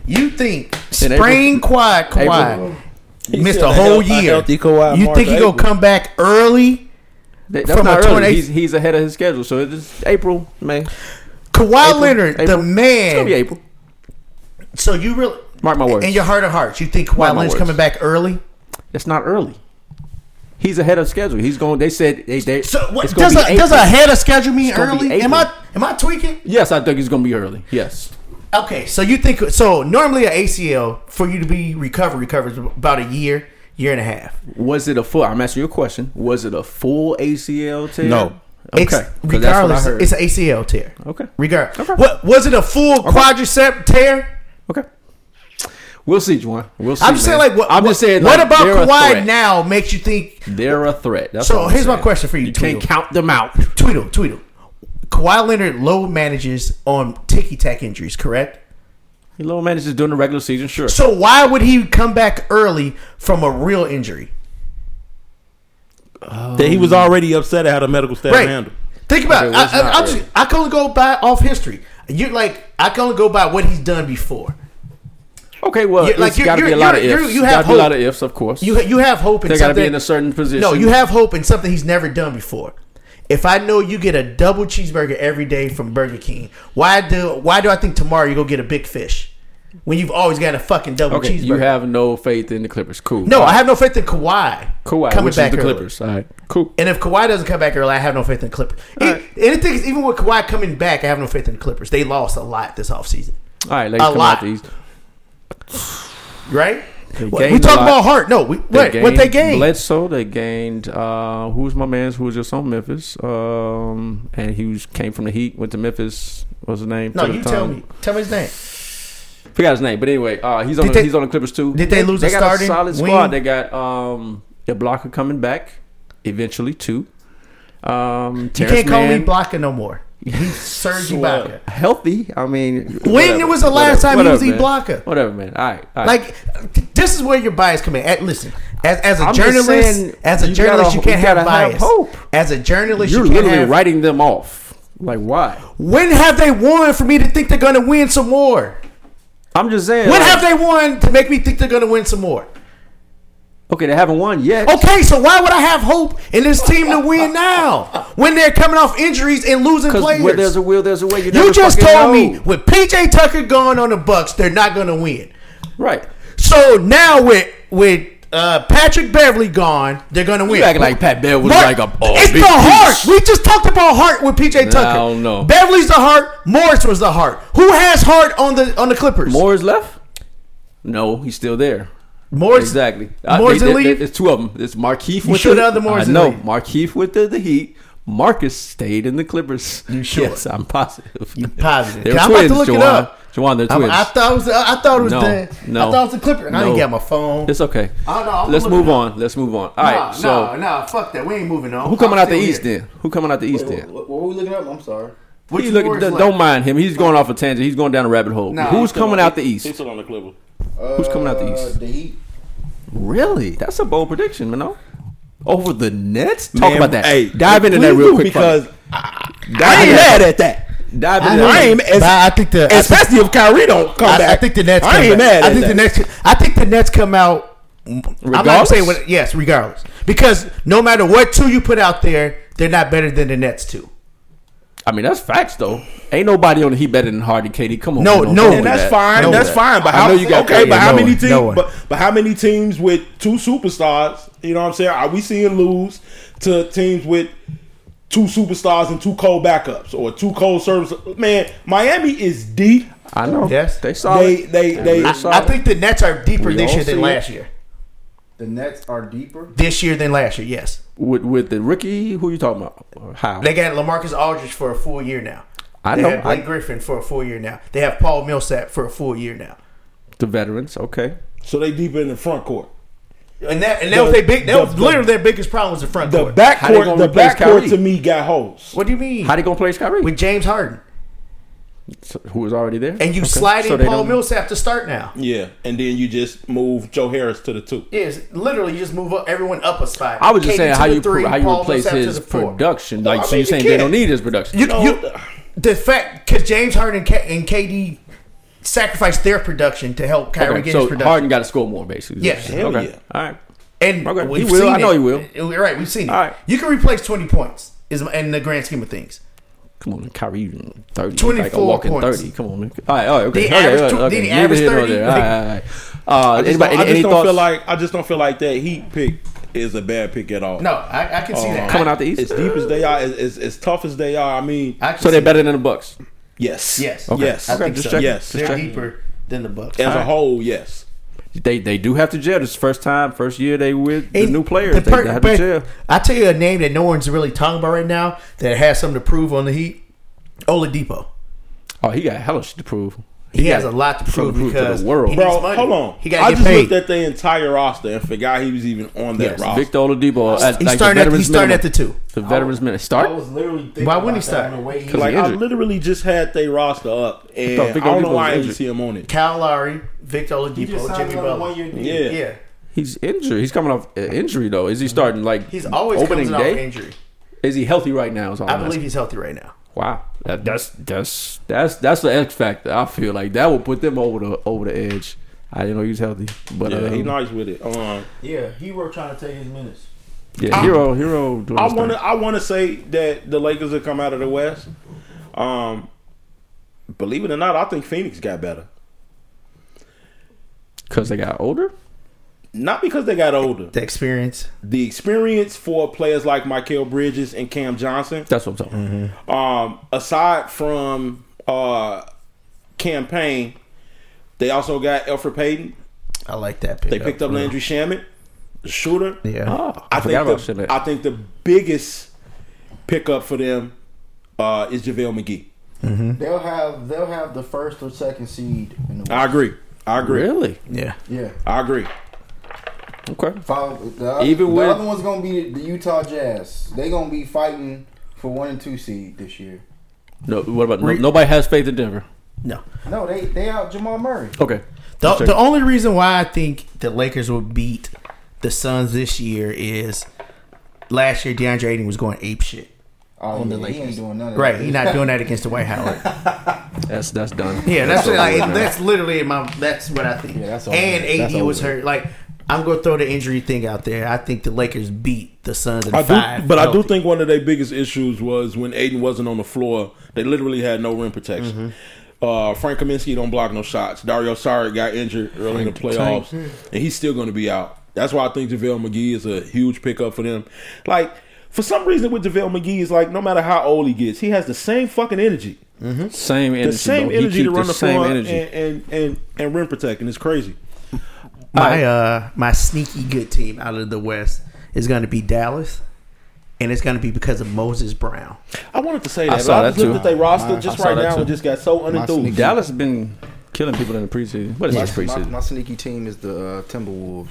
S3: you think
S2: In April-
S3: spring Kawhi Kawhi
S5: He
S3: missed a
S5: said a
S3: whole
S5: health- a
S3: year?
S5: healthy Kawhi
S3: you
S5: March,
S3: think he gonna
S5: April.
S3: come back early?
S2: That- that's
S3: From a
S2: not
S3: torn
S2: early.
S3: ac-
S2: He's, he's ahead of his schedule. So it's April, May.
S3: Kawhi
S2: April,
S3: Leonard,
S2: April. It's
S3: the
S2: gonna be
S3: man.
S2: April.
S3: So you really
S2: Mark my words.
S3: in your heart of hearts, you think
S2: Mark
S3: Kawhi
S2: my
S3: Leonard's
S2: words.
S3: coming back early?
S2: That's not early. He's ahead of schedule. He's going. They said they. they
S3: So what
S2: it's gonna
S3: does
S2: be
S3: a, does
S2: April.
S3: a head of schedule mean
S2: It's gonna be
S3: early? Am I
S2: April.
S3: Am I tweaking?
S2: Yes, I think he's going to be early. Yes.
S3: Okay, so you think so? Normally, an ACL for you to be recover recovers about a year, year and a half.
S2: Was it a full? I'm asking you a question. Was it a full ACL tear?
S5: No.
S2: Okay.
S3: It's,
S2: 'cause that's what I
S3: regardless,
S2: heard.
S3: it's an ACL tear.
S2: okay.
S3: Regard.
S2: Okay.
S3: What was it? A full quadricep tear?
S2: Okay. We'll see, Juan. We'll see.
S3: I'm just saying,
S2: man.
S3: like, what,
S2: I'm just saying.
S3: what
S2: like,
S3: about
S2: they're a
S3: Kawhi
S2: threat.
S3: now makes you think?
S2: They're a threat. That's
S3: So
S2: what I'm
S3: here's my
S2: saying.
S3: question for you,
S2: You can't
S3: Tweedle.
S2: count them out.
S3: Tweedle, Tweedle. Kawhi Leonard low manages on ticky tack injuries, correct?
S2: Little man is just doing the regular season. Sure.
S3: So why would he come back early from a real injury?
S5: That he was already upset at how the medical staff
S3: Right.
S5: handled.
S3: Think about
S2: Okay,
S3: it. I,
S2: let's
S3: I,
S2: not
S3: I'm
S2: really-
S3: just, I can only go by off history. You like I can only go by what he's done before.
S2: Okay. Well,
S3: You're- like,
S2: it's
S3: you're-
S2: got to be a
S3: you're-
S2: lot of
S3: you're-
S2: ifs.
S3: you
S2: You
S3: have
S2: have a lot
S3: hope.
S2: of ifs, of course.
S3: You ha- you have hope in
S2: They got to
S3: something.
S2: be in a certain position.
S3: No, you have hope in something he's never done before. If I know you get a double cheeseburger every day from Burger King, why do why do I think tomorrow you go get a big fish when you've always got a fucking double
S2: Okay,
S3: cheeseburger?
S2: you have no faith in the Clippers. Cool.
S3: no, I have no faith in Kawhi.
S2: Kawhi,
S3: coming
S2: which
S3: back
S2: is the
S3: early.
S2: Clippers. All right. Cool.
S3: And if Kawhi doesn't come back early, I have no faith in the Clippers. E-
S2: right.
S3: Anything is even with Kawhi coming back, I have no faith in the Clippers. They lost a lot this offseason.
S2: All right. Let's
S3: A
S2: come
S3: lot.
S2: out these.
S3: Right? What- We
S2: gained a
S3: talk
S2: lot.
S3: about heart. No, we, what, what they gained.
S2: Bledsoe, they gained. Uh, who's my man? Who was just on Memphis? Um, and he was, came from the Heat. Went to Memphis. What's his name?
S3: no,
S2: To the
S3: you tell
S2: time.
S3: me. Tell me his name.
S2: Forgot his name, but anyway, uh, he's on.
S3: Did
S2: the,
S3: they-
S2: he's on the Clippers too.
S3: did they lose
S2: They
S3: a
S2: got a
S3: starting
S2: solid squad.
S3: wing?
S2: They got um, a blocker coming back eventually too. Um,
S3: You
S2: Terrence
S3: can't call
S2: Mann,
S3: me Blocker no more. He's Serge Ibaka.
S2: healthy. I mean,
S3: When
S2: whatever,
S3: was the last time he was
S2: man.
S3: a blocker?
S2: Whatever, man. All right, all right.
S3: Like, this is where your bias come in. At, listen, as, as a
S2: I'm just
S3: journalist,
S2: saying,
S3: as a
S2: you
S3: journalist,
S2: gotta-
S3: you can't
S2: you
S3: have
S2: gotta have
S3: bias.
S2: hope.
S3: As a journalist,
S2: you're
S3: you can't
S2: literally
S3: have. Right.
S2: writing them off. Like why?
S3: When have they won for me to think they're going to win some more?
S2: I'm just saying.
S3: When
S2: like,
S3: have they won to make me think they're going to win some more?
S2: Okay, they haven't won yet.
S3: Okay, so why would I have hope in this team to win now when they're coming off injuries and losing
S2: Because where there's
S3: players?
S2: a will, there's a way. You,
S3: You
S2: never
S3: just
S2: fucking
S3: told me
S2: know.
S3: with PJ Tucker gone on the Bucks, they're not going to win.
S2: right.
S3: So now with with uh, Patrick Beverly gone, they're going to win.
S2: Pat Bell was
S3: Mark- it's the heart. We just talked about heart with PJ Tucker.
S2: I don't know.
S3: Beverly's the heart. Morris was the heart. Who has heart on the on the Clippers?
S2: Moore's left? No, he's still there.
S3: Morris
S2: exactly. Uh,
S3: Moore's
S2: they-
S3: in
S2: they-
S3: league?
S2: It's two of them. It's Markeith.
S3: You
S2: with
S3: sure the other Moore's in
S2: No,
S3: league?
S2: Markeith with the, the Heat. Marcus stayed in the Clippers. You
S3: sure?
S2: Yes, I'm positive. You
S3: positive.
S2: They're
S3: I'm
S2: twins,
S3: about to
S2: Juwan.
S3: look it up.
S2: Juwan, they're
S3: I'm-
S2: twins.
S3: I thought it was. I thought it was
S2: No,
S3: the.
S2: no,
S3: I thought it was the Clipper. I
S2: no.
S3: didn't get my phone.
S2: it's okay.
S3: I don't know. I'm
S2: Let's
S3: looking
S2: move
S3: up.
S2: on. Let's move on. All right.
S3: Nah,
S2: so
S3: nah, nah, fuck that. We ain't moving on.
S2: who coming
S3: I'm
S2: out the
S3: still
S2: East
S3: here.
S2: then? Who coming out the East
S4: What,
S2: then?
S4: what, what were we looking up? I'm sorry.
S3: Which
S2: He looking,
S3: Warriors
S2: don't
S3: left?
S2: mind him. He's going off a tangent. He's going down a rabbit hole.
S3: Nah,
S2: Who's coming out the East?
S5: He's still on the Clippper.
S2: Who's coming out the
S4: Uh,
S2: East?
S4: the Heat.
S2: Really? That's a bold prediction, man. no? Over the Nets? Talk
S5: Man,
S2: about that.
S5: Hey,
S2: dive into
S5: we
S2: that real
S5: do
S2: quick
S5: because
S2: for
S5: I, I ain't mad at that.
S2: me. Dive into
S5: I
S2: that.
S5: ain't,
S3: But I think the. I think-
S5: especially if Kyrie don't come
S3: I,
S5: back.
S3: I think the Nets.
S5: I ain't
S3: come back.
S5: mad.
S3: I think the Nets. I think the Nets come out. I'm not
S2: Regardless?
S3: saying what. Yes, regardless, because no matter what two you put out there, they're not better than the Nets two.
S2: I mean, that's facts though. Ain't nobody on the Heat better than Harden, Katie. Come on. man,
S3: No,
S2: don't
S3: no.
S2: go
S5: And
S2: with
S5: that's
S2: that.
S5: fine.
S2: Don't go
S5: that's
S2: with that.
S5: fine. But
S2: I
S5: how?
S2: know you got
S5: okay,
S2: Kyrie.
S5: but how
S3: no
S5: many
S3: one,
S5: teams?
S3: no one.
S5: But, but how many teams with two superstars? You know what I'm saying? Are we seeing lose to teams with two superstars and two cold backups or two cold service? Man, Miami is deep.
S2: I know.
S3: Yes.
S2: they saw
S5: They they they.
S3: I, I think the Nets are deeper
S2: We
S3: this
S2: all
S3: year than
S2: see it.
S3: last year.
S4: The Nets are deeper.
S3: This year than last year. Yes,
S2: with with the rookie. Who you talking about? How?
S3: they got Lamarcus Aldridge for a full year now.
S2: I
S3: they
S2: know.
S3: have Blake
S2: I-
S3: Griffin for a full year now. They have Paul Millsap for a full year now.
S2: the veterans. Okay.
S5: So they deeper in the front court.
S3: And that and that
S5: The-
S3: was their big. That
S5: the-
S3: was literally their biggest problem was the front
S5: The
S3: court.
S5: back
S2: How they
S5: court.
S2: gonna
S5: The
S2: replace
S5: back court
S2: Kyrie?
S5: to me got holes.
S3: What do you mean?
S2: How they gonna play Kyrie?
S3: With James Harden
S2: who was already there?
S3: and you
S2: Okay.
S3: slide
S2: So
S3: in
S2: they
S3: Paul
S2: don't-
S3: Millsap to start now.
S5: Yeah, and then you just move Joe Harris to the two.
S3: Yes, literally, you just move up everyone up a spot.
S2: I was just
S3: KD
S2: saying
S3: to
S2: how
S3: the
S2: you
S3: three,
S2: pro- how you
S3: Paul
S2: replace
S3: Millsap to
S2: his
S3: the four.
S2: production. Like
S3: I
S2: so
S3: mean,
S2: you're
S3: you
S2: saying they
S3: can't.
S2: don't need his production.
S3: You,
S5: No.
S3: you, the fact because James Harden and, K, and KD sacrificed their production to help Kyrie
S2: Okay,
S3: get
S2: so
S3: his production.
S2: Harden got to score more, basically.
S3: Yes.
S5: Hell
S2: Okay.
S5: yeah.
S2: All right.
S3: and
S2: Okay,
S3: we've
S2: he will.
S3: seen
S2: I know
S3: it.
S2: he will.
S3: Uh, Right, we've seen it.
S2: All right.
S3: You can replace twenty points is in the grand scheme of things.
S2: Come on, Kyrie, thirty,
S3: 24
S2: like a walking
S3: points.
S2: thirty. Come on, man. All right, all right, okay,
S3: Did he
S2: okay,
S3: average
S2: okay,
S3: tw-
S2: okay.
S3: did he
S2: Neither
S3: average
S2: here nor
S3: 30?
S2: there. All right, all right, all right. Uh,
S5: I just
S2: anybody,
S5: don't, I
S2: any,
S5: just
S2: any
S5: don't
S2: thoughts?
S5: feel like I just don't feel like that Heat pick is a bad pick at all.
S3: No, I, I can see that.
S2: Oh. Coming
S3: I,
S2: out the
S5: As
S2: East,
S5: deep as they are, as, as, as tough as they are, I mean,
S3: I can
S2: so they're
S3: see-
S2: better than the Bucks.
S5: yes,
S3: Yes.
S5: yes.
S3: I think
S2: just
S3: so.
S2: checking,
S5: Yes.
S2: just
S3: They're
S2: checking.
S3: deeper than the Bucks.
S5: As a whole, yes.
S2: They they do have to jail. This is the first time, first year they with the
S3: And
S2: new players.
S3: the
S2: they
S3: per-
S2: have
S3: but
S2: to jail.
S3: I tell you a name that no one's really talking about right now that has something to prove on the Heat. Oladipo.
S2: Oh, he got hella shit to prove.
S3: He, has a
S2: got
S3: lot to prove,
S2: something to prove to the
S3: because
S2: world.
S3: he needs
S5: Bro,
S3: money.
S5: hold on.
S3: He
S5: I
S3: got to
S5: just
S3: get
S5: looked
S3: paid.
S5: at the entire roster and forgot he was even on that
S3: Yes.
S5: roster.
S2: Victor Oladipo. at,
S3: He
S2: like,
S3: started
S2: the
S3: at, he
S2: veterans
S3: started
S2: minimum.
S3: at the Oh. two.
S2: the veterans minute. Start.
S3: was literally thinking Why wouldn't he start?
S5: Like
S2: He
S5: I
S2: injured.
S5: literally just had they roster up, and
S2: thought
S5: I
S2: Victor
S5: don't know
S2: Oladipo
S5: why I
S2: was
S5: didn't
S2: injured.
S5: see him on it.
S3: Kyle Lowry, Victor Oladipo, Jimmy Butler.
S5: Yeah,
S3: Yeah.
S2: He's injured. He's coming off uh, injury though. Is he starting like
S3: He's always
S2: opening
S3: comes out
S2: day? Oh,
S3: with injury.
S2: Is he healthy right now? Is all
S3: I
S2: I'm asking.
S3: believe he's healthy right now.
S2: Wow, that, that's that's that's that's the X factor. I feel like that will put them over the over the edge. I didn't know he was healthy, but
S5: yeah,
S2: yeah, um,
S5: he nice with it. Um,
S3: Yeah, he were trying to take his minutes.
S2: yeah hero hero. Doing
S5: I
S2: his thing.
S5: want to I want to say that the Lakers have come out of the West. Um, believe it or not, I think Phoenix got better.
S2: because they got older.
S5: Not because they got older.
S3: The experience.
S5: The experience for players like Michael Bridges and Cam Johnson,
S2: That's what I'm talking. about.
S5: um, aside from uh, campaign, they also got Alfred Payton.
S3: I like that pick.
S5: They picked up Landry Shamet, the shooter.
S3: Yeah.
S2: Oh, I, forgot
S5: I think
S2: about
S5: the,
S2: shit.
S5: I think the biggest pickup for them uh, is JaVale McGee.
S4: They'll have they'll have the first or second seed in the
S5: I agree. I agree.
S2: really
S3: Yeah.
S4: yeah.
S5: I agree.
S2: okay.
S4: Five, the,
S2: Even
S4: the
S2: with-
S4: other one's gonna be the Utah Jazz. They gonna be fighting for one and two seed this year.
S2: No, what about no, nobody has faith in Denver?
S3: No.
S4: No, they they out Jamal Murray.
S2: Okay,
S3: The,
S2: check.
S3: the only reason why I think the Lakers will beat the Suns this year is last year DeAndre Ayton was going ape shit.
S4: Oh,
S3: On the
S4: yeah, he ain't
S3: Lakers.
S4: doing none of
S3: Right,
S4: that.
S3: he's not doing that against the White Howard.
S2: that's that's done.
S3: Yeah, that's
S2: over
S3: like
S2: with, man.
S3: that's literally in my that's what I think.
S4: Yeah, that's all
S3: and
S4: good. That's
S3: AD
S4: all
S3: was
S4: good.
S3: hurt. Like I'm gonna throw the injury thing out there. I think the Lakers beat the Suns in
S5: I
S3: five.
S5: do, but I do
S3: healthy.
S5: think one of their biggest issues was when Aiden wasn't on the floor. They literally had no rim protection.
S2: Mm-hmm.
S5: Uh, Frank Kaminsky don't block no shots. Dario Saric got injured early in the playoffs, and he's still going to be out. That's why I think JaVale McGee is a huge pickup for them. Like for some reason with JaVale McGee is like no matter how old he gets, he has the same fucking energy,
S2: same
S5: the
S2: energy.
S5: same
S2: bro. He
S5: energy
S2: keep
S5: to run the,
S2: same
S5: floor
S2: energy.
S5: And, and and and rim protecting. It's crazy.
S3: my uh my sneaky good team out of the West is gonna be Dallas. And it's gonna be because of Moses Brown.
S5: I wanted to say that. I,
S2: saw
S5: but I just
S2: that
S5: looked
S2: too.
S5: at their roster just
S2: I saw
S5: right
S2: that
S5: now
S2: too.
S5: and just got so unenthused.
S4: sneaky-
S2: Dallas has been killing people in the preseason. What is this
S4: My,
S2: preseason?
S4: my sneaky team is the uh, Timberwolves.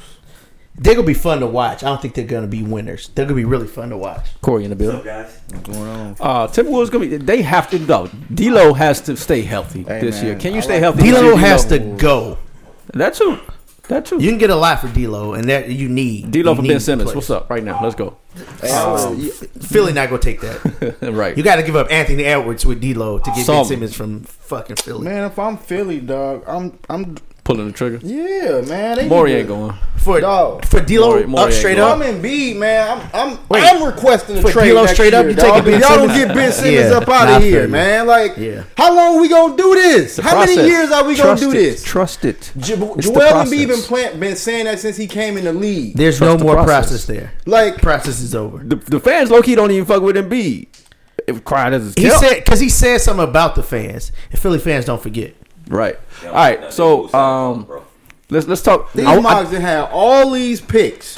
S3: They're gonna be fun to watch. I don't think they're gonna be winners. They're gonna be really fun to watch.
S2: Corey in the building.
S3: guys?
S4: What's going on?
S2: Uh, Timberwolves gonna be. They have to go. D'Lo has to stay healthy
S4: Hey,
S2: this
S4: man,
S2: year. Can
S4: I
S2: you stay
S4: like-
S2: healthy? this year,
S3: D'Lo has to go.
S2: That too. That too.
S3: You can get a lot for D'Lo, and that you need.
S2: D'Lo
S3: you
S2: for
S3: need
S2: Ben Simmons.
S3: players.
S2: What's up right now? Let's go.
S3: Um, Philly not gonna take that.
S2: right.
S3: You got to give up Anthony Edwards with D'Lo to get Ben
S2: Some.
S3: Simmons from fucking Philly.
S4: man, if I'm Philly, dog, I'm I'm
S2: pulling the trigger.
S4: yeah, man. They
S2: Maury
S4: need
S2: ain't
S4: to-
S2: going.
S3: for
S4: Dog.
S3: for D'Lo
S2: Maury- Maury
S3: up
S2: ain't
S3: straight
S2: going.
S4: I'm
S3: up.
S4: in B, man. I'm I'm,
S3: Wait.
S4: I'm requesting a
S3: For
S4: trade.
S3: D'Lo
S4: next
S3: straight up,
S4: year,
S3: you
S4: dog.
S3: taking Ben
S4: If y'all don't
S3: Simmons?
S4: get Ben Simmons
S3: Yeah,
S4: up out
S3: nah, I
S4: of
S3: feel
S4: here,
S3: you.
S4: man. Like,
S3: Yeah.
S4: how long we gonna do this?
S2: The
S4: How many
S2: process.
S4: years are we
S2: Trust
S4: gonna do
S2: it.
S4: this?
S2: Trust it.
S4: J- Joel
S2: It's the
S4: Embiid been
S2: process.
S4: playing, been saying that since he came in the league.
S3: There's
S2: Trust
S3: no
S2: the
S3: more
S2: process.
S3: process. there.
S4: like,
S3: Process is over.
S2: The, the fans low key don't even fuck with Embiid. If crying doesn't
S3: He
S2: count.
S3: said because he said something about the fans, and Philly fans don't forget.
S2: right. All right. So um, let's let's talk.
S4: These
S2: I- I-
S4: mugs that have all these picks.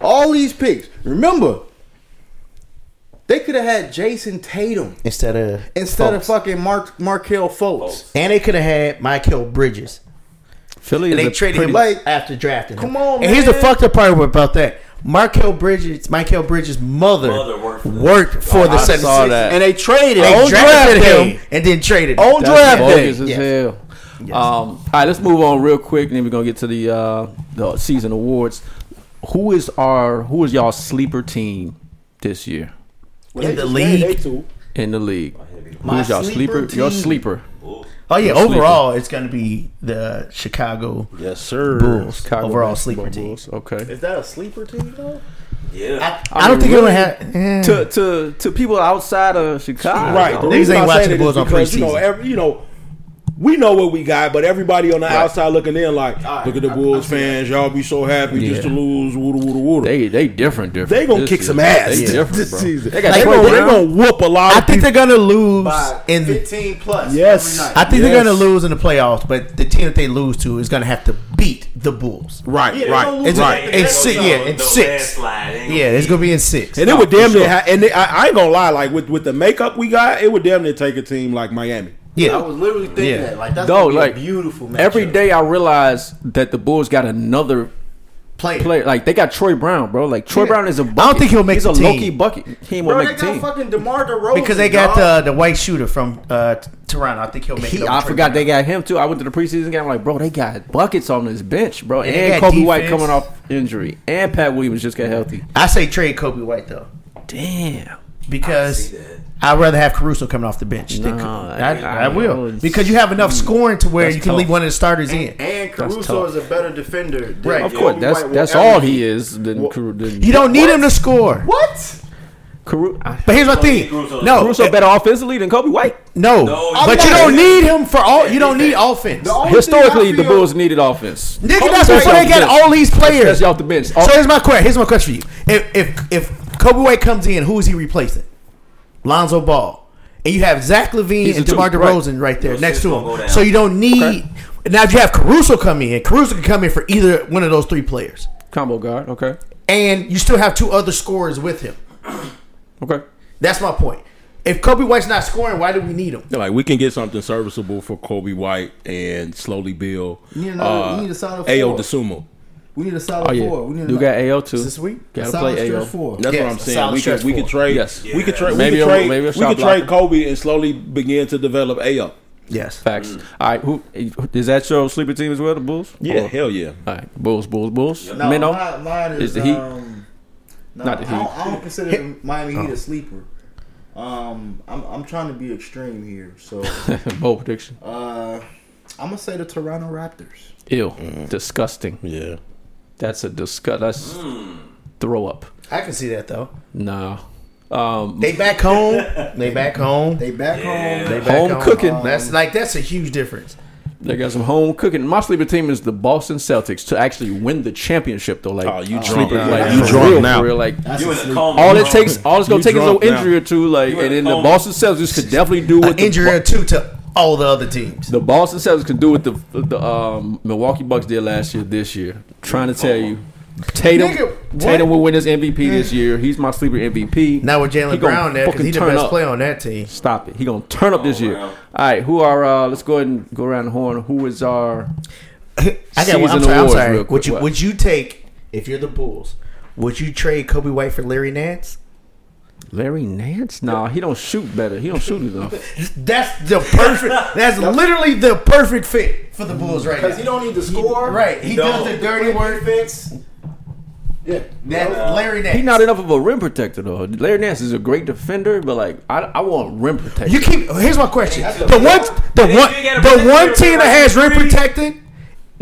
S4: All these picks. Remember, they could have had Jason Tatum
S3: Instead of
S4: instead
S3: Fultz.
S4: of fucking Mark Markel Fultz.
S3: and they could have had Michael Bridges.
S2: Philly
S3: And
S2: is
S3: they
S2: a
S3: traded
S2: pretty-
S3: him
S4: like-
S3: after drafting. him.
S4: Come on,
S3: And here's the
S4: man.
S3: fucked up part about that. Markel Bridges, Michael Bridges' mother, worked for the, Celtics.
S2: Oh, saw that.
S4: And they traded
S3: They
S4: on
S3: drafted
S4: draft day.
S3: him and then traded him.
S4: On
S2: That's
S4: draft
S2: bogus
S4: day.
S2: as
S3: Yes.
S2: hell. Um, all right, let's move on real quick, and then we're gonna get to the uh, the season awards. Who is our who is y'all sleeper team this year
S3: in the
S5: They- they
S3: league.
S5: too.
S2: in the league?
S3: My
S2: Who's y'all
S3: sleeper
S2: sleeper? Your
S3: team.
S2: sleeper,
S3: Oh yeah,
S2: Sleeper.
S3: overall it's going to be the Chicago
S5: Yes, sir.
S3: Bulls
S2: Chicago
S3: overall
S2: basketball
S3: sleeper team.
S2: Bulls. Okay.
S4: Is that a sleeper team though?
S3: I,
S2: I
S3: I don't
S2: mean,
S3: think
S2: really,
S3: it'll have. eh.
S2: to to to people outside of Chicago.
S5: Right.
S3: Niggas
S5: The reason
S3: ain't
S5: I
S3: watching
S5: say
S3: the
S5: that is
S3: Bulls on
S5: because, You know,
S3: preseason.
S5: every, you know, we know what we got, but everybody on the outside looking in, like,
S7: right,
S5: look at the
S7: I-
S5: Wolves
S7: I see
S5: fans, y'all be so happy just to
S2: Yeah.
S5: lose, wooda wooda wooda.
S2: They they different different.
S5: They gonna
S2: This
S5: kick
S2: is-
S5: some ass
S2: They
S5: this
S2: different, bro.
S5: season.
S2: They got
S5: They
S2: Trey
S5: gonna, they
S2: Brown.
S5: gonna whoop a lot.
S3: I
S5: Of
S3: think
S5: people.
S3: they're gonna lose
S7: by
S3: in. The,
S7: 15 plus.
S5: Yes.
S7: every night.
S3: I think
S5: Yes.
S3: they're gonna lose in the playoffs, but the team that they lose to is gonna have to beat the Bulls.
S5: right,
S7: Yeah, they
S5: right,
S7: gonna
S5: right.
S7: lose.
S3: It's
S5: right.
S3: in six, yeah, in
S8: The
S3: six,
S8: landslide. They ain't
S3: yeah,
S8: gonna
S3: it's
S8: be-
S3: gonna be in six.
S5: And it would damn near, ha- and they, I, I ain't gonna lie, like with, with the makeup we got, it would damn near take a team like Miami.
S3: yeah,
S7: I was literally thinking
S3: Yeah.
S7: that. Like, that's
S2: Dog,
S7: gonna be
S2: like
S7: a beautiful match.
S2: Every day I realize that the Bulls got another
S3: player.
S2: player. Like they got Troy Brown, bro. Like Troy Brown is a bucket.
S3: think he'll make
S2: He's
S3: the
S2: a
S3: team.
S2: low-key bucket. He ain't
S7: Bro, they
S2: want to make
S7: got
S2: the
S7: fucking
S2: team.
S7: DeMar DeRozan.
S3: because they got
S7: dog.
S3: the the white shooter from uh, T- Toronto. I think he'll make.
S2: He,
S3: it
S2: I
S3: over
S2: forgot
S3: Trey
S2: they got him too. I went to the preseason game. I'm like, bro, they got buckets on this bench, bro.
S3: And
S2: And,
S3: they got
S2: Kobe White
S3: defense.
S2: coming off injury, and Pat Williams just got healthy.
S3: Brown. I say trade Kobe White though
S2: Damn.
S3: because.
S8: that.
S3: I'd rather have Caruso coming off the bench. than
S2: No,
S3: Co-
S2: I-
S3: I,
S2: I
S3: I will
S2: would.
S3: because you have enough scoring to where
S2: That's
S3: you can
S2: tough.
S3: leave one of the starters in.
S7: And
S2: That's
S7: Caruso
S2: tough.
S7: is a better defender. than
S3: Right.
S2: Of
S7: Kobe
S2: course, that's
S7: White will
S2: that's
S7: ever
S2: all
S7: be.
S2: he is. Than Caru- than
S3: You don't need him to score.
S7: What?
S2: Caru- I-
S3: But here's my thing.
S8: Caruso-
S3: No,
S2: Caruso better offensively than Kobe White.
S3: no,
S8: No,
S3: but
S7: I'm
S3: you
S7: not-
S3: don't need him for all. You don't need offense.
S7: The only
S2: Historically,
S7: thing I
S2: the
S7: feel-
S2: Bulls needed offense. Kobe
S3: Nigga, that's
S2: White's
S3: before
S2: off
S3: they
S2: the
S3: got
S2: bench.
S3: all these
S2: That's-
S3: players.
S2: That's off the bench.
S3: So here's my question. Here's my question for you. If if if Kobe White comes in, who is he replacing? Lonzo Ball, and you have Zach Levine
S2: He's
S3: and
S2: a two,
S3: DeMar
S2: right.
S3: DeRozan right, there
S8: Those
S3: next
S8: shits
S3: to
S8: gonna go
S3: him.
S8: down.
S3: So you don't need. Now if you have Caruso come in, Caruso can come in for either one of those three players,
S2: combo guard. Okay,
S3: and you still have two other scorers with him.
S2: okay.
S3: That's my point. If Kobe White's not scoring, why do we need him?
S5: They're like we can get something serviceable for Kobe White and slowly build.
S4: You need another- you need a solid
S2: uh,
S5: Ayo
S4: four.
S5: DeSumo.
S4: We need a solid
S2: Oh yeah,
S4: four. We need
S2: you
S4: a-
S2: got AO too.
S4: this week. a
S2: Gotta
S4: solid
S2: play
S4: stretch
S2: AO.
S4: four.
S5: That's
S3: Yes,
S5: what I'm
S3: a
S5: saying.
S3: solid
S5: We could
S3: stretch
S5: we could
S3: four.
S5: trade.
S2: Yes.
S5: We could trade.
S2: Maybe
S5: we
S2: a-
S5: could trade.
S2: maybe a
S5: we
S2: shot
S5: could
S2: blocker.
S5: trade Kobe and slowly begin to develop Ayo.
S3: Yes.
S2: Facts.
S5: Mm.
S2: All right, who is that your sleeper team as well? The Bulls.
S5: Yeah,
S2: Or-
S5: hell yeah.
S2: All right, Bulls, Bulls, Bulls.
S8: Yeah.
S2: Minnow.
S4: No,
S2: Men on.
S4: mine, mine is,
S2: Is the Heat?
S4: Um, no,
S2: Not the
S4: I
S2: Heat. Oh.
S4: don't, I don't consider the Miami Heat a sleeper. Um, I'm, I'm trying to be extreme here, so
S2: Bold prediction.
S4: uh, I'm gonna say the Toronto Raptors.
S2: Ew. Disgusting.
S5: Yeah.
S2: That's a disgust. That's
S5: Mm.
S2: throw up.
S3: I can see that though.
S2: No. Um,
S3: They back home. They back home.
S4: They back home.
S3: They
S4: They
S3: back
S2: Home cooking.
S3: That's like that's a huge difference.
S2: they got some home cooking. My sleeper team is the Boston Celtics to actually win the championship, though. Like
S5: Oh, you drunk.
S2: sleeper,
S5: Yeah,
S2: like,
S5: you
S2: for
S5: drunk
S2: real,
S5: now.
S2: for real, like
S8: You in the coma?
S2: all
S8: bro.
S2: it takes, all it's gonna
S5: You
S2: take is an
S5: drunk now.
S2: injury or two. Like,
S8: You in
S2: and
S8: a
S2: then the
S8: coma.
S2: Boston Celtics could definitely do what
S3: An
S2: the
S3: injury or two to all the other teams.
S2: The Boston Celtics can do what the the um, Milwaukee Bucks did last year. This year, trying to tell you, Tatum
S3: Nigga, what?
S2: Tatum will win his MVP this year. He's my sleeper MVP.
S3: Now with
S2: He
S3: Jalen
S2: gonna
S3: Brown there, because
S2: fucking
S3: he's the
S2: turn
S3: best
S2: up.
S3: player on that team.
S2: Stop it. He gonna turn up this
S8: Oh,
S2: year.
S8: wow.
S2: All right, who are? uh Let's go ahead and go around the horn. Who is our?
S3: I got.
S2: Season
S3: I'm sorry. I'm
S2: awards
S3: sorry.
S2: real quick.
S3: Would you
S2: What?
S3: Would you take if you're the Bulls? Would you trade Kobe White for Larry Nance?
S2: Larry Nance? Nah, he don't shoot better. He don't shoot enough.
S3: That's the perfect. that's literally the perfect fit for the Bulls right
S7: Because he
S3: now.
S7: don't need to score.
S3: Right. He, does
S8: don't.
S3: the dirty work.
S7: Defense. Yeah.
S3: That Larry Nance.
S2: He's not enough of a rim protector though. Larry Nance is a great defender, but like I, I want rim protection.
S3: You keep. Here's my question:
S7: That's
S3: the
S7: the-
S3: one, the
S8: They
S3: one,
S8: did get a
S3: the
S8: protected
S3: one team that has rim
S8: three.
S3: protected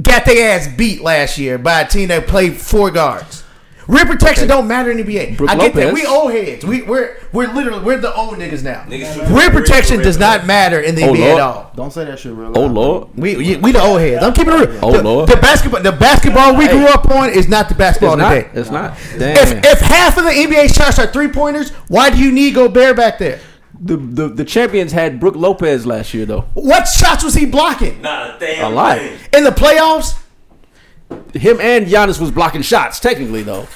S3: got their ass beat last year by a team that played four guards. Rim protection don't matter in the NBA.
S2: Brook
S3: I get that.
S2: Lopez.
S3: We old heads. We we're we're literally we're the old niggas now.
S8: Niggas shoot
S3: rim
S8: three
S3: protection
S8: for
S3: does
S8: rim
S3: not matter in the
S2: Oh,
S3: NBA
S2: Lord.
S3: at all.
S4: Don't say that shit real.
S2: oh
S4: loud.
S2: lord,
S3: We, we we the old heads. I'm keeping it real.
S2: Oh,
S3: the,
S2: Lord.
S3: the basketball the basketball we grew up on is not the basketball
S2: it's not.
S3: today.
S2: It's not. Damn.
S3: If, if half of the NBA shots are three pointers, why do you need Gobert back there?
S2: the, the the champions had Brooke Lopez last year though.
S3: What shots was he blocking
S8: Not a damn
S2: A lot.
S8: thing.
S3: in the playoffs?
S2: Him and Giannis was blocking shots technically though.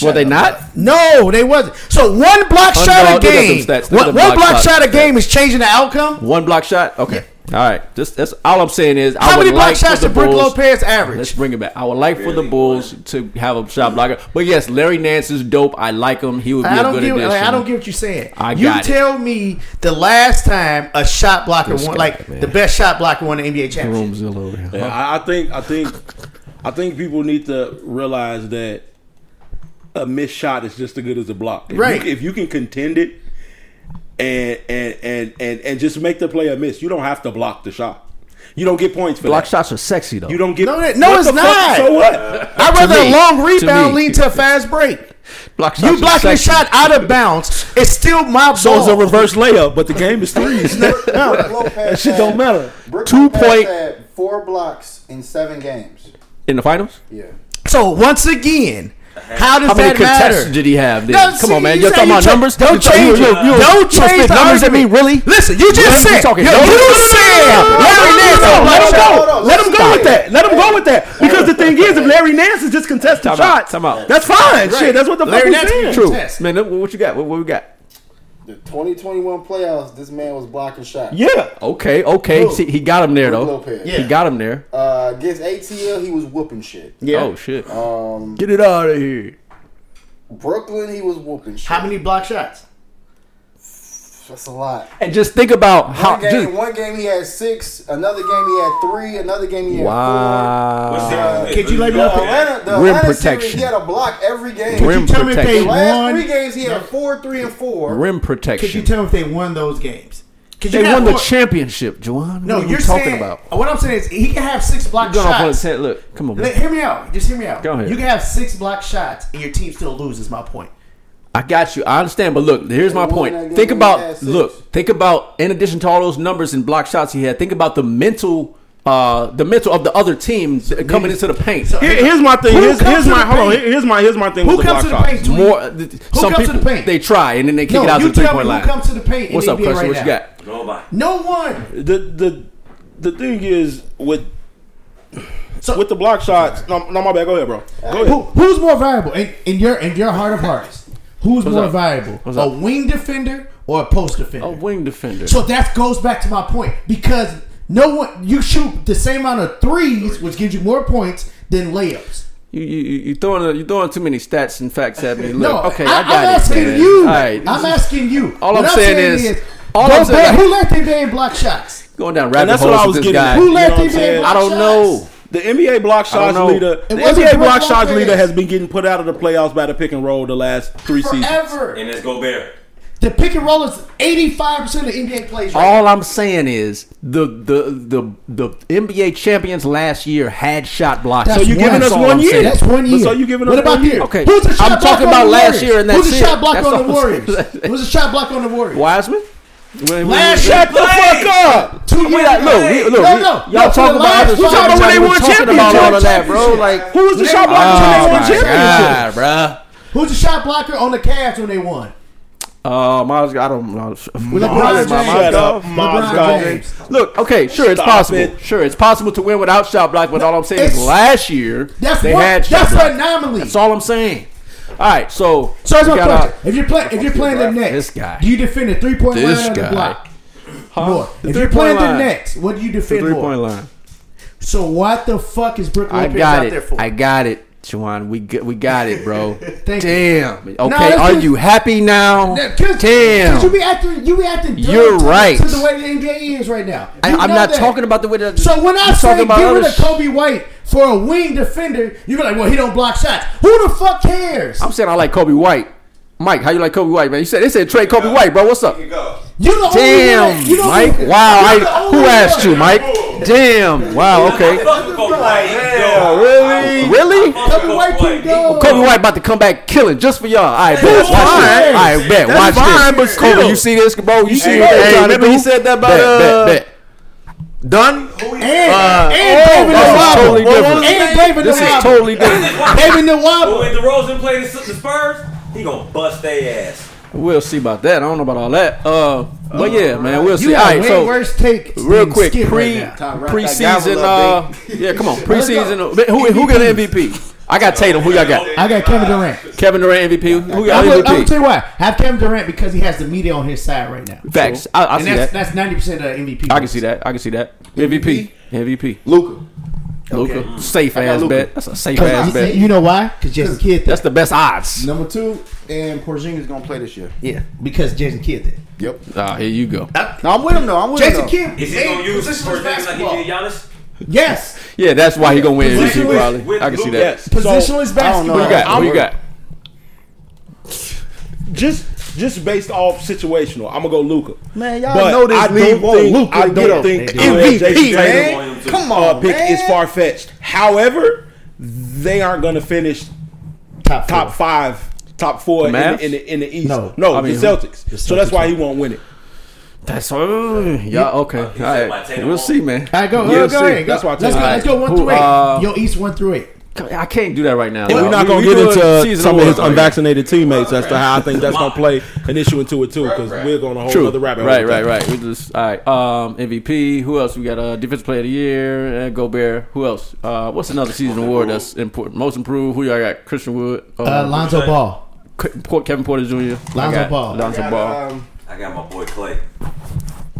S2: Were they not? Oh,
S3: No, they wasn't. So one block
S2: Underdog,
S3: shot a
S2: look at them
S3: game.
S2: stats. Look at
S3: One,
S2: them
S3: one
S2: block
S3: block
S2: shots.
S3: shot a game is changing the outcome.
S2: One block shot. Okay. All right. Just that's all I'm saying is I
S3: How
S2: would
S3: many block
S2: like
S3: shots
S2: for the
S3: did Brook
S2: Bulls-
S3: Lopez average?
S2: Let's bring it back. I would like for the
S8: Really?
S2: Bulls to have a shot blocker. But yes, Larry Nance is dope. I like him. He would be
S3: I
S2: a
S3: don't
S2: good
S3: get.
S2: addition.
S3: I don't get what you're saying.
S2: I
S3: you
S2: got it.
S3: tell me the last time a shot blocker
S2: This
S3: won,
S2: guy,
S3: like
S2: man.
S3: the best shot blocker won the NBA championship.
S2: Roomzilla over here.
S5: Yeah, I, I think I think I think people need to realize that a missed shot is just as good as a block. If
S3: Right.
S5: You, if you can contend it and and and and and just make the player miss, you don't have to block the shot. You don't get points for
S2: Block
S5: that.
S2: shots are sexy though.
S5: You don't get
S3: No, that- no,
S5: What
S3: it's
S5: the fuck?
S3: not.
S5: So what?
S3: I'd rather
S2: me.
S3: a long
S2: To
S3: rebound
S2: me.
S3: lead to a fast break.
S2: Block shots
S3: You
S2: are
S3: blocking the
S2: sexy.
S3: shot out of bounds. It's still my ball.
S5: So it's a reverse layup, but the game is threes. that shit don't matter.
S4: Brook
S2: Two
S4: Lopez
S2: point-
S4: had four blocks in seven games.
S2: in the finals.
S4: Yeah.
S3: So once again, how does
S2: How many
S3: that
S2: contests
S3: matter?
S2: did he have? Then?
S3: No,
S2: Come
S3: see,
S2: on, man.
S3: you
S2: You're
S3: say
S2: talking
S3: you
S2: about
S3: tra-
S2: numbers.
S3: Don't
S2: You-
S3: change.
S2: you- you-
S3: Don't
S2: you
S3: change
S2: spit
S3: the
S2: numbers at me.
S3: argument.
S2: Really?
S3: Listen, you just
S2: Really?
S3: said.
S2: Talking
S3: You
S2: numbers?
S3: said. Larry Nance
S5: No,
S3: don't
S5: let
S3: block
S5: him
S3: shots.
S5: go. Let him go with that. Let him go with that. Because the thing is, if Larry Nance is just contesting
S2: Time out,
S5: shots,
S2: time out.
S5: that's fine. Shit, that's what the
S3: Larry
S5: fuck
S3: Nance
S5: we saying.
S3: can
S2: True,
S3: Contest.
S2: man. What, what you got? What, what we got?
S4: The 2021 playoffs, this man was blocking shots.
S5: Yeah.
S2: Okay, okay. See, he got him there
S4: Brook
S2: though.
S4: Lopez.
S2: He got him there.
S4: Uh, against ATL, he was whooping shit.
S2: Oh shit.
S3: Um,
S5: Get it out of here.
S4: Brooklyn, he was whooping shit.
S3: How many block shots?
S4: That's a lot.
S2: and just think about how.
S4: One game,
S2: just-
S4: one game he had six. Another game he had three. Another game he had
S5: Uh,
S2: wow.
S3: Could you label
S4: four. The
S3: up
S4: Atlanta, the
S2: Rim
S4: Atlanta Series,
S2: protection.
S4: he had a block every game.
S2: Rim
S3: tell me if
S4: the
S3: they-
S2: protection.
S4: last
S3: won-
S4: three games he had four, three, and four.
S2: Rim
S3: Could you
S2: protection.
S3: tell me if they won those games? Could
S2: They
S3: you have
S2: won the
S3: more-
S2: championship, Juwan.
S3: No,
S2: what are
S3: you're
S2: you talking
S3: saying,
S2: about?
S3: What I'm saying is he can have six block
S2: Going off on his
S3: shots.
S2: head. Look, come on.
S3: Let-
S2: Man.
S3: hear me out. Just hear me out.
S2: Go ahead.
S3: You can have six block shots and your team still loses. My point.
S2: I got you. I understand, but look, here's my
S4: They won that
S2: point.
S4: game
S2: Think
S4: when they had
S2: about
S4: six.
S2: look. Think about in addition to all those numbers and block shots he had. Think about the mental, uh, the mental of the other team th- coming into the paint.
S5: Here- here's my thing.
S3: Who
S5: Here's,
S3: comes
S5: here's
S3: to
S5: my
S3: the
S5: hold on.
S3: paint?
S5: Here- Here's my here's my thing.
S3: Who
S5: with
S3: comes
S5: the
S3: to the
S5: block
S3: paint?
S5: shots.
S3: Tweet?
S2: More. th- some
S3: comes to
S2: people
S3: the paint?
S2: they try and then they kick
S3: No,
S2: it out
S3: you
S2: to the three
S3: tell
S2: point
S3: me
S2: line.
S3: who comes to the paint. in
S2: What's
S3: the
S2: up,
S3: NBA
S2: Christian? what
S3: right now?
S2: you got?
S3: No one.
S5: The the the thing is with
S3: So-
S5: with the block shots. No, no, my bad. Go ahead, bro.
S3: Who,
S5: Go ahead.
S3: who's more valuable in, in your in your heart of hearts? Who's more
S2: up?
S3: valuable,
S2: What's
S3: a
S2: up?
S3: wing defender or a post defender?
S2: A wing defender.
S3: So that goes back to my point because no one you shoot the same amount of threes, which gives you more points than layups.
S2: You you you you throwing a, you throwing too many stats and facts at me. Look,
S3: no,
S2: okay,
S3: I,
S2: I, got
S3: am
S2: it.
S3: asking
S2: man.
S3: you.
S2: All right,
S3: I'm asking you.
S2: All I'm saying is- all
S3: go
S2: I'm saying-
S3: back- who let them in block shots?
S2: going down
S5: And
S2: rabbit
S5: that's what I
S2: holes
S5: was
S2: with this
S5: getting.
S2: guy.
S5: At.
S3: Who
S5: You know
S3: let
S5: what I'm
S3: these
S5: saying?
S3: in?
S2: I don't
S3: shots?
S2: know.
S5: The NBA block shots
S2: know.
S5: leader. The
S3: wasn't
S5: NBA block
S3: Brook
S5: shots
S3: Lopez.
S5: leader has been getting put out of the playoffs by the pick and roll the last three seasons.
S3: Forever.
S9: And it's Gobert.
S3: The pick and roll is 85 percent of NBA plays. Right
S2: All I'm saying is the the the the NBA champions last year had shot blocks.
S3: That's
S5: you
S3: one.
S5: giving us
S3: That's all
S5: one
S3: I'm
S5: year.
S3: saying. That's one
S5: But
S3: year.
S5: so you giving
S3: What
S5: us
S3: about
S5: one year?
S3: here?
S2: Okay.
S3: Who's the shot
S2: I'm
S3: blocker
S2: talking
S3: on
S2: about
S3: the
S2: last
S3: Warriors?
S2: year and
S3: Who's
S2: that's
S3: the
S2: it.
S3: shot blocker
S2: That's
S3: on
S2: all
S3: the
S2: I'm
S3: Warriors?
S2: saying.
S3: Who's the shot blocker on the Warriors?
S2: Wiseman.
S3: Last year,
S5: Shut the fuck up.
S3: two
S2: We
S3: years
S2: not,
S3: ago.
S2: look, we, look,
S3: No,
S2: we-
S3: no, no,
S2: y'all
S3: for
S2: talking about
S3: the last
S2: other
S3: five
S2: shit,
S5: years,
S2: but
S5: when they
S2: we're
S5: won
S2: talking about all of that, bro. Like,
S5: Who was the shot blocker when
S2: oh
S5: they won
S2: my
S5: championships?
S2: god, bro.
S3: Who's the shot blocker on the Cavs when they won?
S2: Um, I, was, I don't know.
S3: LeBron
S5: my-
S3: James.
S5: my- Shut up,
S3: LeBron
S5: Mozgov.
S3: James.
S2: Look, okay, sure, it's
S5: Stop
S2: possible.
S5: it.
S2: Sure, it's possible to win without shot block, but all I'm saying is
S3: It's-
S2: last year
S3: That's
S2: they
S3: one,
S2: had shot
S3: That's
S2: block.
S3: an anomaly.
S2: That's all I'm saying. All right, so
S3: So that's
S2: we
S3: my
S2: got
S3: question.
S2: our-
S3: If you're playing, if you're playing the Nets,
S2: This guy.
S3: do you defend the three point
S2: This
S3: line or the
S2: guy.
S3: block?
S2: Huh?
S3: More.
S2: The
S3: if you're
S2: three-point
S3: playing
S2: line.
S3: the Nets, what do you
S2: The
S3: defend
S2: three
S3: more?
S2: point line.
S3: So what the fuck is Brook
S2: I
S3: Lopez
S2: got
S3: out there
S2: it.
S3: for?
S2: I got it, Juwan. We got, we got it, bro.
S3: Thank you.
S2: Damn. Okay,
S3: that's
S2: are
S3: just-
S2: you happy now?
S3: Now, 'cause- 'cause You
S2: Damn.
S3: be acting. You be acting. dumb
S2: You're
S3: to-
S2: right.
S3: To the way the NBA is right now.
S2: I,
S3: You
S2: I'm
S3: know
S2: not
S3: that.
S2: talking about the way that.
S3: So when I
S2: I'm
S3: say get
S2: other
S3: rid of
S2: sh-
S3: Kobe White for a wing defender, you're like, well, he don't block shots. Who the fuck cares?
S2: I'm saying I like Kobe White. Mike, how you like Kobe White, man? You said they said trade Kobe White, bro. What's up?
S3: Oh, You the only
S2: Damn,
S3: one. You the
S2: Mike.
S3: only-
S2: Wow,
S3: you're
S2: I,
S3: the only
S2: who
S3: one.
S2: asked you, Mike? Damn. Wow. Okay.
S9: Fuck with Gobert. Yeah,
S2: Really? Really?
S3: Kobe White can go.
S2: Kobe White about to come back killing just for y'all. All right, bet.
S5: That's
S2: Watch this.
S5: fine.
S2: All right, bet.
S5: That's
S2: Watch
S5: fine,
S2: this.
S5: but still.
S2: Kobe, you see this, bro? You see what
S5: Hey,
S2: they're trying to
S5: remember
S2: do?
S5: he said that about,
S2: bet,
S5: uh,
S2: bet, bet.
S5: Done.
S3: And,
S5: oh,
S3: and David
S2: Uh, this is
S3: Nwaba.
S2: totally different.
S3: And David
S2: This
S3: Nwaba.
S2: is totally different.
S3: David
S9: But
S3: Nwaba.
S9: when DeRozan played the the Spurs, he gonna bust their ass.
S2: We'll see about that. I don't know about all that. Uh, but yeah, man, we'll see.
S3: You
S2: All
S3: have
S2: right,
S3: way
S2: so
S3: worse take.
S2: real
S3: than
S2: quick,
S3: Skip
S2: pre
S3: right now.
S2: preseason. Uh, yeah, come on, preseason. uh, Who who got an MVP? I got Tatum. Who y'all got?
S3: I got Kevin Durant.
S2: Kevin Durant MVP. Who
S3: I'm
S2: got
S3: gonna, I'm gonna tell
S2: MVP?
S3: you why. Have Kevin Durant because he has the media on his side right now.
S2: Facts. I, I
S3: And
S2: see
S3: that's
S2: that.
S3: that's ninety percent of MVP.
S2: I can see that. I can see that. MVP. MVP.
S10: Luca.
S2: Luca. Safe ass
S10: Luka.
S2: bet. That's a safe
S3: Because
S2: ass
S3: you,
S2: bet.
S3: you know why? Because Jason Kidd.
S2: That's the best odds.
S10: Number two, and Porzingis gonna play this year.
S3: yeah. Because Jason Kidd. Did.
S10: Yep.
S2: Ah, here you go.
S10: No, I'm with him though. I'm with
S3: Jason
S10: him. though.
S3: Kidd.
S9: Is he
S3: played
S9: gonna use
S3: positionless
S9: Porzingis like he
S3: basketball.
S9: did Giannis?
S3: Yes.
S2: Yeah, that's why he gonna win MVP
S5: Positionless
S2: probably.
S9: with
S2: I can see
S9: Luka.
S2: that.
S5: Yes.
S3: Positionless basketball.
S2: Who you got? Who you got?
S5: just just based off situational, I'm gonna go Luca.
S10: Man, y'all know this
S5: I
S10: league
S5: don't
S10: want
S5: think
S10: Luka
S5: I
S10: to get
S5: don't
S10: up.
S5: think
S3: They do.
S5: Andre Jason
S10: MVP,
S5: Tatum
S10: man.
S9: Tatum.
S10: Come
S5: uh,
S10: on,
S5: pick
S10: man.
S5: is far fetched. However, they aren't gonna finish
S3: Top
S5: top
S3: four.
S5: five. top four in,
S2: Mavs?
S5: the, in, the, in the East.
S3: No.
S5: no,
S2: I mean,
S5: the, Celtics.
S3: The
S5: So that's
S3: Celtics
S5: why he won't win it.
S2: That's oh, yeah. Okay, all
S9: said my take
S2: right. We'll
S9: on-
S2: see, man.
S3: All right, go. uh,
S5: Yeah,
S3: go, go
S5: see,
S3: ahead. Go.
S5: that's why I
S3: let's,
S5: tell
S3: go,
S5: you.
S3: let's go one
S2: Who,
S3: through eight.
S2: uh,
S3: Yo, East one through eight.
S2: I can't do that right now.
S5: And we're not
S2: We-
S5: gonna
S2: we
S5: get
S2: doing
S5: into
S2: season
S5: some of his
S2: one.
S5: unvaccinated teammates as to how I think that's gonna play an issue into it too, because we're going a whole
S2: True.
S5: other rabbit
S2: right,
S5: hole.
S2: right, right. We just all right. Um, MVP. Who else? We got uh, defensive player of the year. Uh, Gobert. Who else? Uh, what's another season award that's important? Most improved. Who y'all got? Christian Wood.
S3: Uh, Lonzo
S9: Okay.
S3: Ball.
S2: Ke- Port- Kevin Porter Jr. I
S3: Lonzo
S2: got
S3: Ball.
S2: Lonzo Ball.
S11: Um,
S9: I got my boy Clay.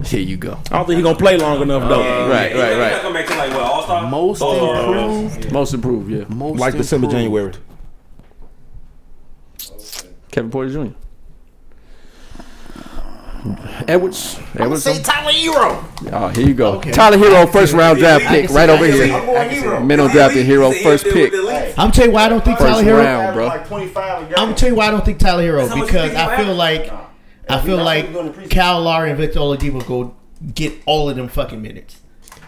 S2: Here you go.
S5: I don't think he's gonna play long enough though.
S9: Yeah,
S2: right,
S9: yeah,
S2: right,
S9: yeah.
S2: right.
S9: He's not gonna make it like what Uh, All Star.
S4: Most improved.
S2: Most improved. Yeah.
S4: Most
S5: Like December,
S4: improved.
S5: January.
S2: Kevin Porter Jr. Edwards. Edwards.
S3: Tyler Hero.
S2: Oh, here you go.
S3: Okay.
S2: Tyler Hero, first round draft
S3: I can
S2: pick,
S3: see-
S2: right
S3: I
S2: over
S3: can see-
S2: here.
S3: I'm going hero.
S2: Men don't draft the hero first pick.
S3: I'm tell you why I don't think Tyler
S2: First
S3: Hero.
S2: round,
S11: average
S2: bro.
S11: like 25 a game.
S3: I'm gonna tell you why I don't think Tyler Hero
S9: That's how much
S3: because
S9: you think
S3: I
S9: you
S3: feel
S9: have?
S3: like I feel
S11: not
S3: like
S11: gonna preseason.
S3: Kyle Lowry and Victor Oladipo go get all of them fucking minutes.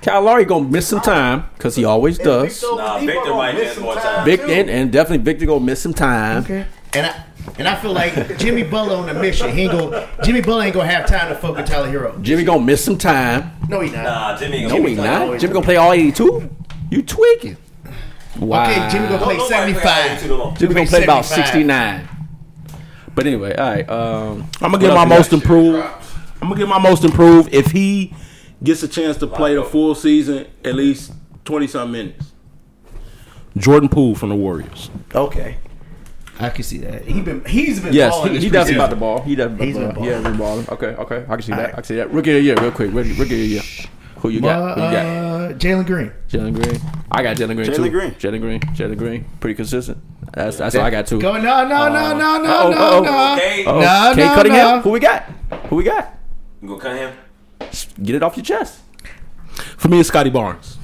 S2: Kyle Lowry gonna miss some time because he always does.
S9: Nah, Victor might get more time.
S2: Vic and, and definitely Victor gonna miss some time.
S3: And I and I feel like Jimmy Butler on a mission. He ain't go Jimmy Butler ain't gonna have time to fuck with Tyler Hero.
S2: Jimmy gonna miss some time.
S3: No, he not.
S9: Nah, Jimmy. ain't
S2: No,
S9: gonna
S2: he
S9: be playing all
S2: not.
S9: these-
S2: Jimmy gonna play all 82. You tweaking? Wow.
S3: Okay, Jimmy gonna
S9: Don't
S3: play
S9: nobody play all
S3: seventy
S9: 82
S3: five.
S9: no more.
S2: Jimmy gonna play about
S3: 75.
S2: 69. But anyway, all right. Um,
S5: I'm gonna get
S2: What
S5: my
S2: else we
S5: most
S2: got?
S5: improved. I'm gonna get my most improved if he gets a chance to play the full season, at least twenty some minutes. Jordan Poole from the Warriors.
S3: Okay. I can see that. He been he's been
S2: yes,
S3: balling
S2: he, he
S3: this
S2: does
S3: preseason.
S2: about the ball. He does about
S3: He's
S2: the
S3: been
S2: ball. Yeah, been balling. Okay, okay. I can see that. I can see that. Rookie of the year, real quick. Rookie rookie of the year. Who you
S3: Uh,
S2: got? Who you got?
S3: uh, Jalen Green.
S2: Jalen Green. I got Jalen Green
S4: Jalen
S2: too.
S4: Green.
S2: Jalen Green. Jalen Green. Pretty consistent. That's that's what I got too.
S3: Go no no no no no
S2: uh-oh,
S3: no
S2: uh-oh.
S3: no.
S9: Okay.
S2: Oh,
S3: No,
S2: Kate
S3: no,
S2: Cunningham.
S3: no.
S2: Who we got? Who we got?
S9: You gonna cut him?
S2: Get it off your chest.
S5: For me, it's Scotty Barnes.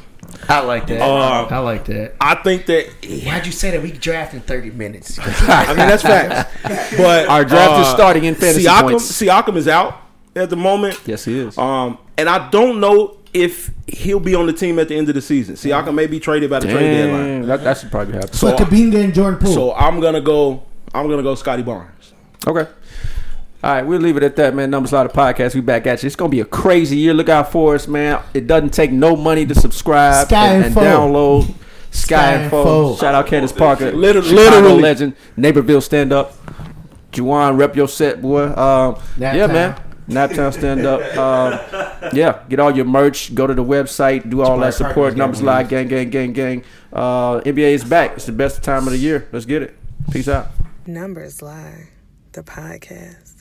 S2: I like that.
S5: Uh,
S3: I like that.
S5: I think that.
S3: Why'd you say that we drafting thirty minutes?
S5: I mean, that's facts. But
S2: Our draft is
S5: uh,
S2: starting in fantasy
S5: Siakam,
S2: points.
S5: Siakam is out at the moment.
S2: Yes, he is.
S5: Um, and I don't know if he'll be on the team at the end of the season. Siakam may be traded by the trade deadline.
S2: Damn, that, that should probably happen.
S3: So Kabinga and Jordan Poole.
S5: So I'm gonna go. I'm gonna go Scotty Barnes.
S2: Okay. All right, we'll leave it at that, man. Number Slider Podcast, we back at you. It's gonna be a crazy year. Look out for us, man. It doesn't take no money to subscribe
S3: Sky
S2: and, and
S3: Info.
S2: download.
S3: Sky
S2: Sky Info.
S3: Info.
S2: Shout out Candace Parker,
S5: Liter-
S2: Chicago
S5: literally.
S2: legend, Naperville stand up. Juwan, rep your set, boy. Um,
S3: Nap
S2: yeah,
S3: time.
S2: man. Naptown stand up. Um, yeah, get all your merch. Go to the website. Do all that support. Numbers lie, gang, gang, gang, gang. Uh, NBA is back. It's the best time of the year. Let's get it. Peace out.
S1: Numbers Lie, the podcast.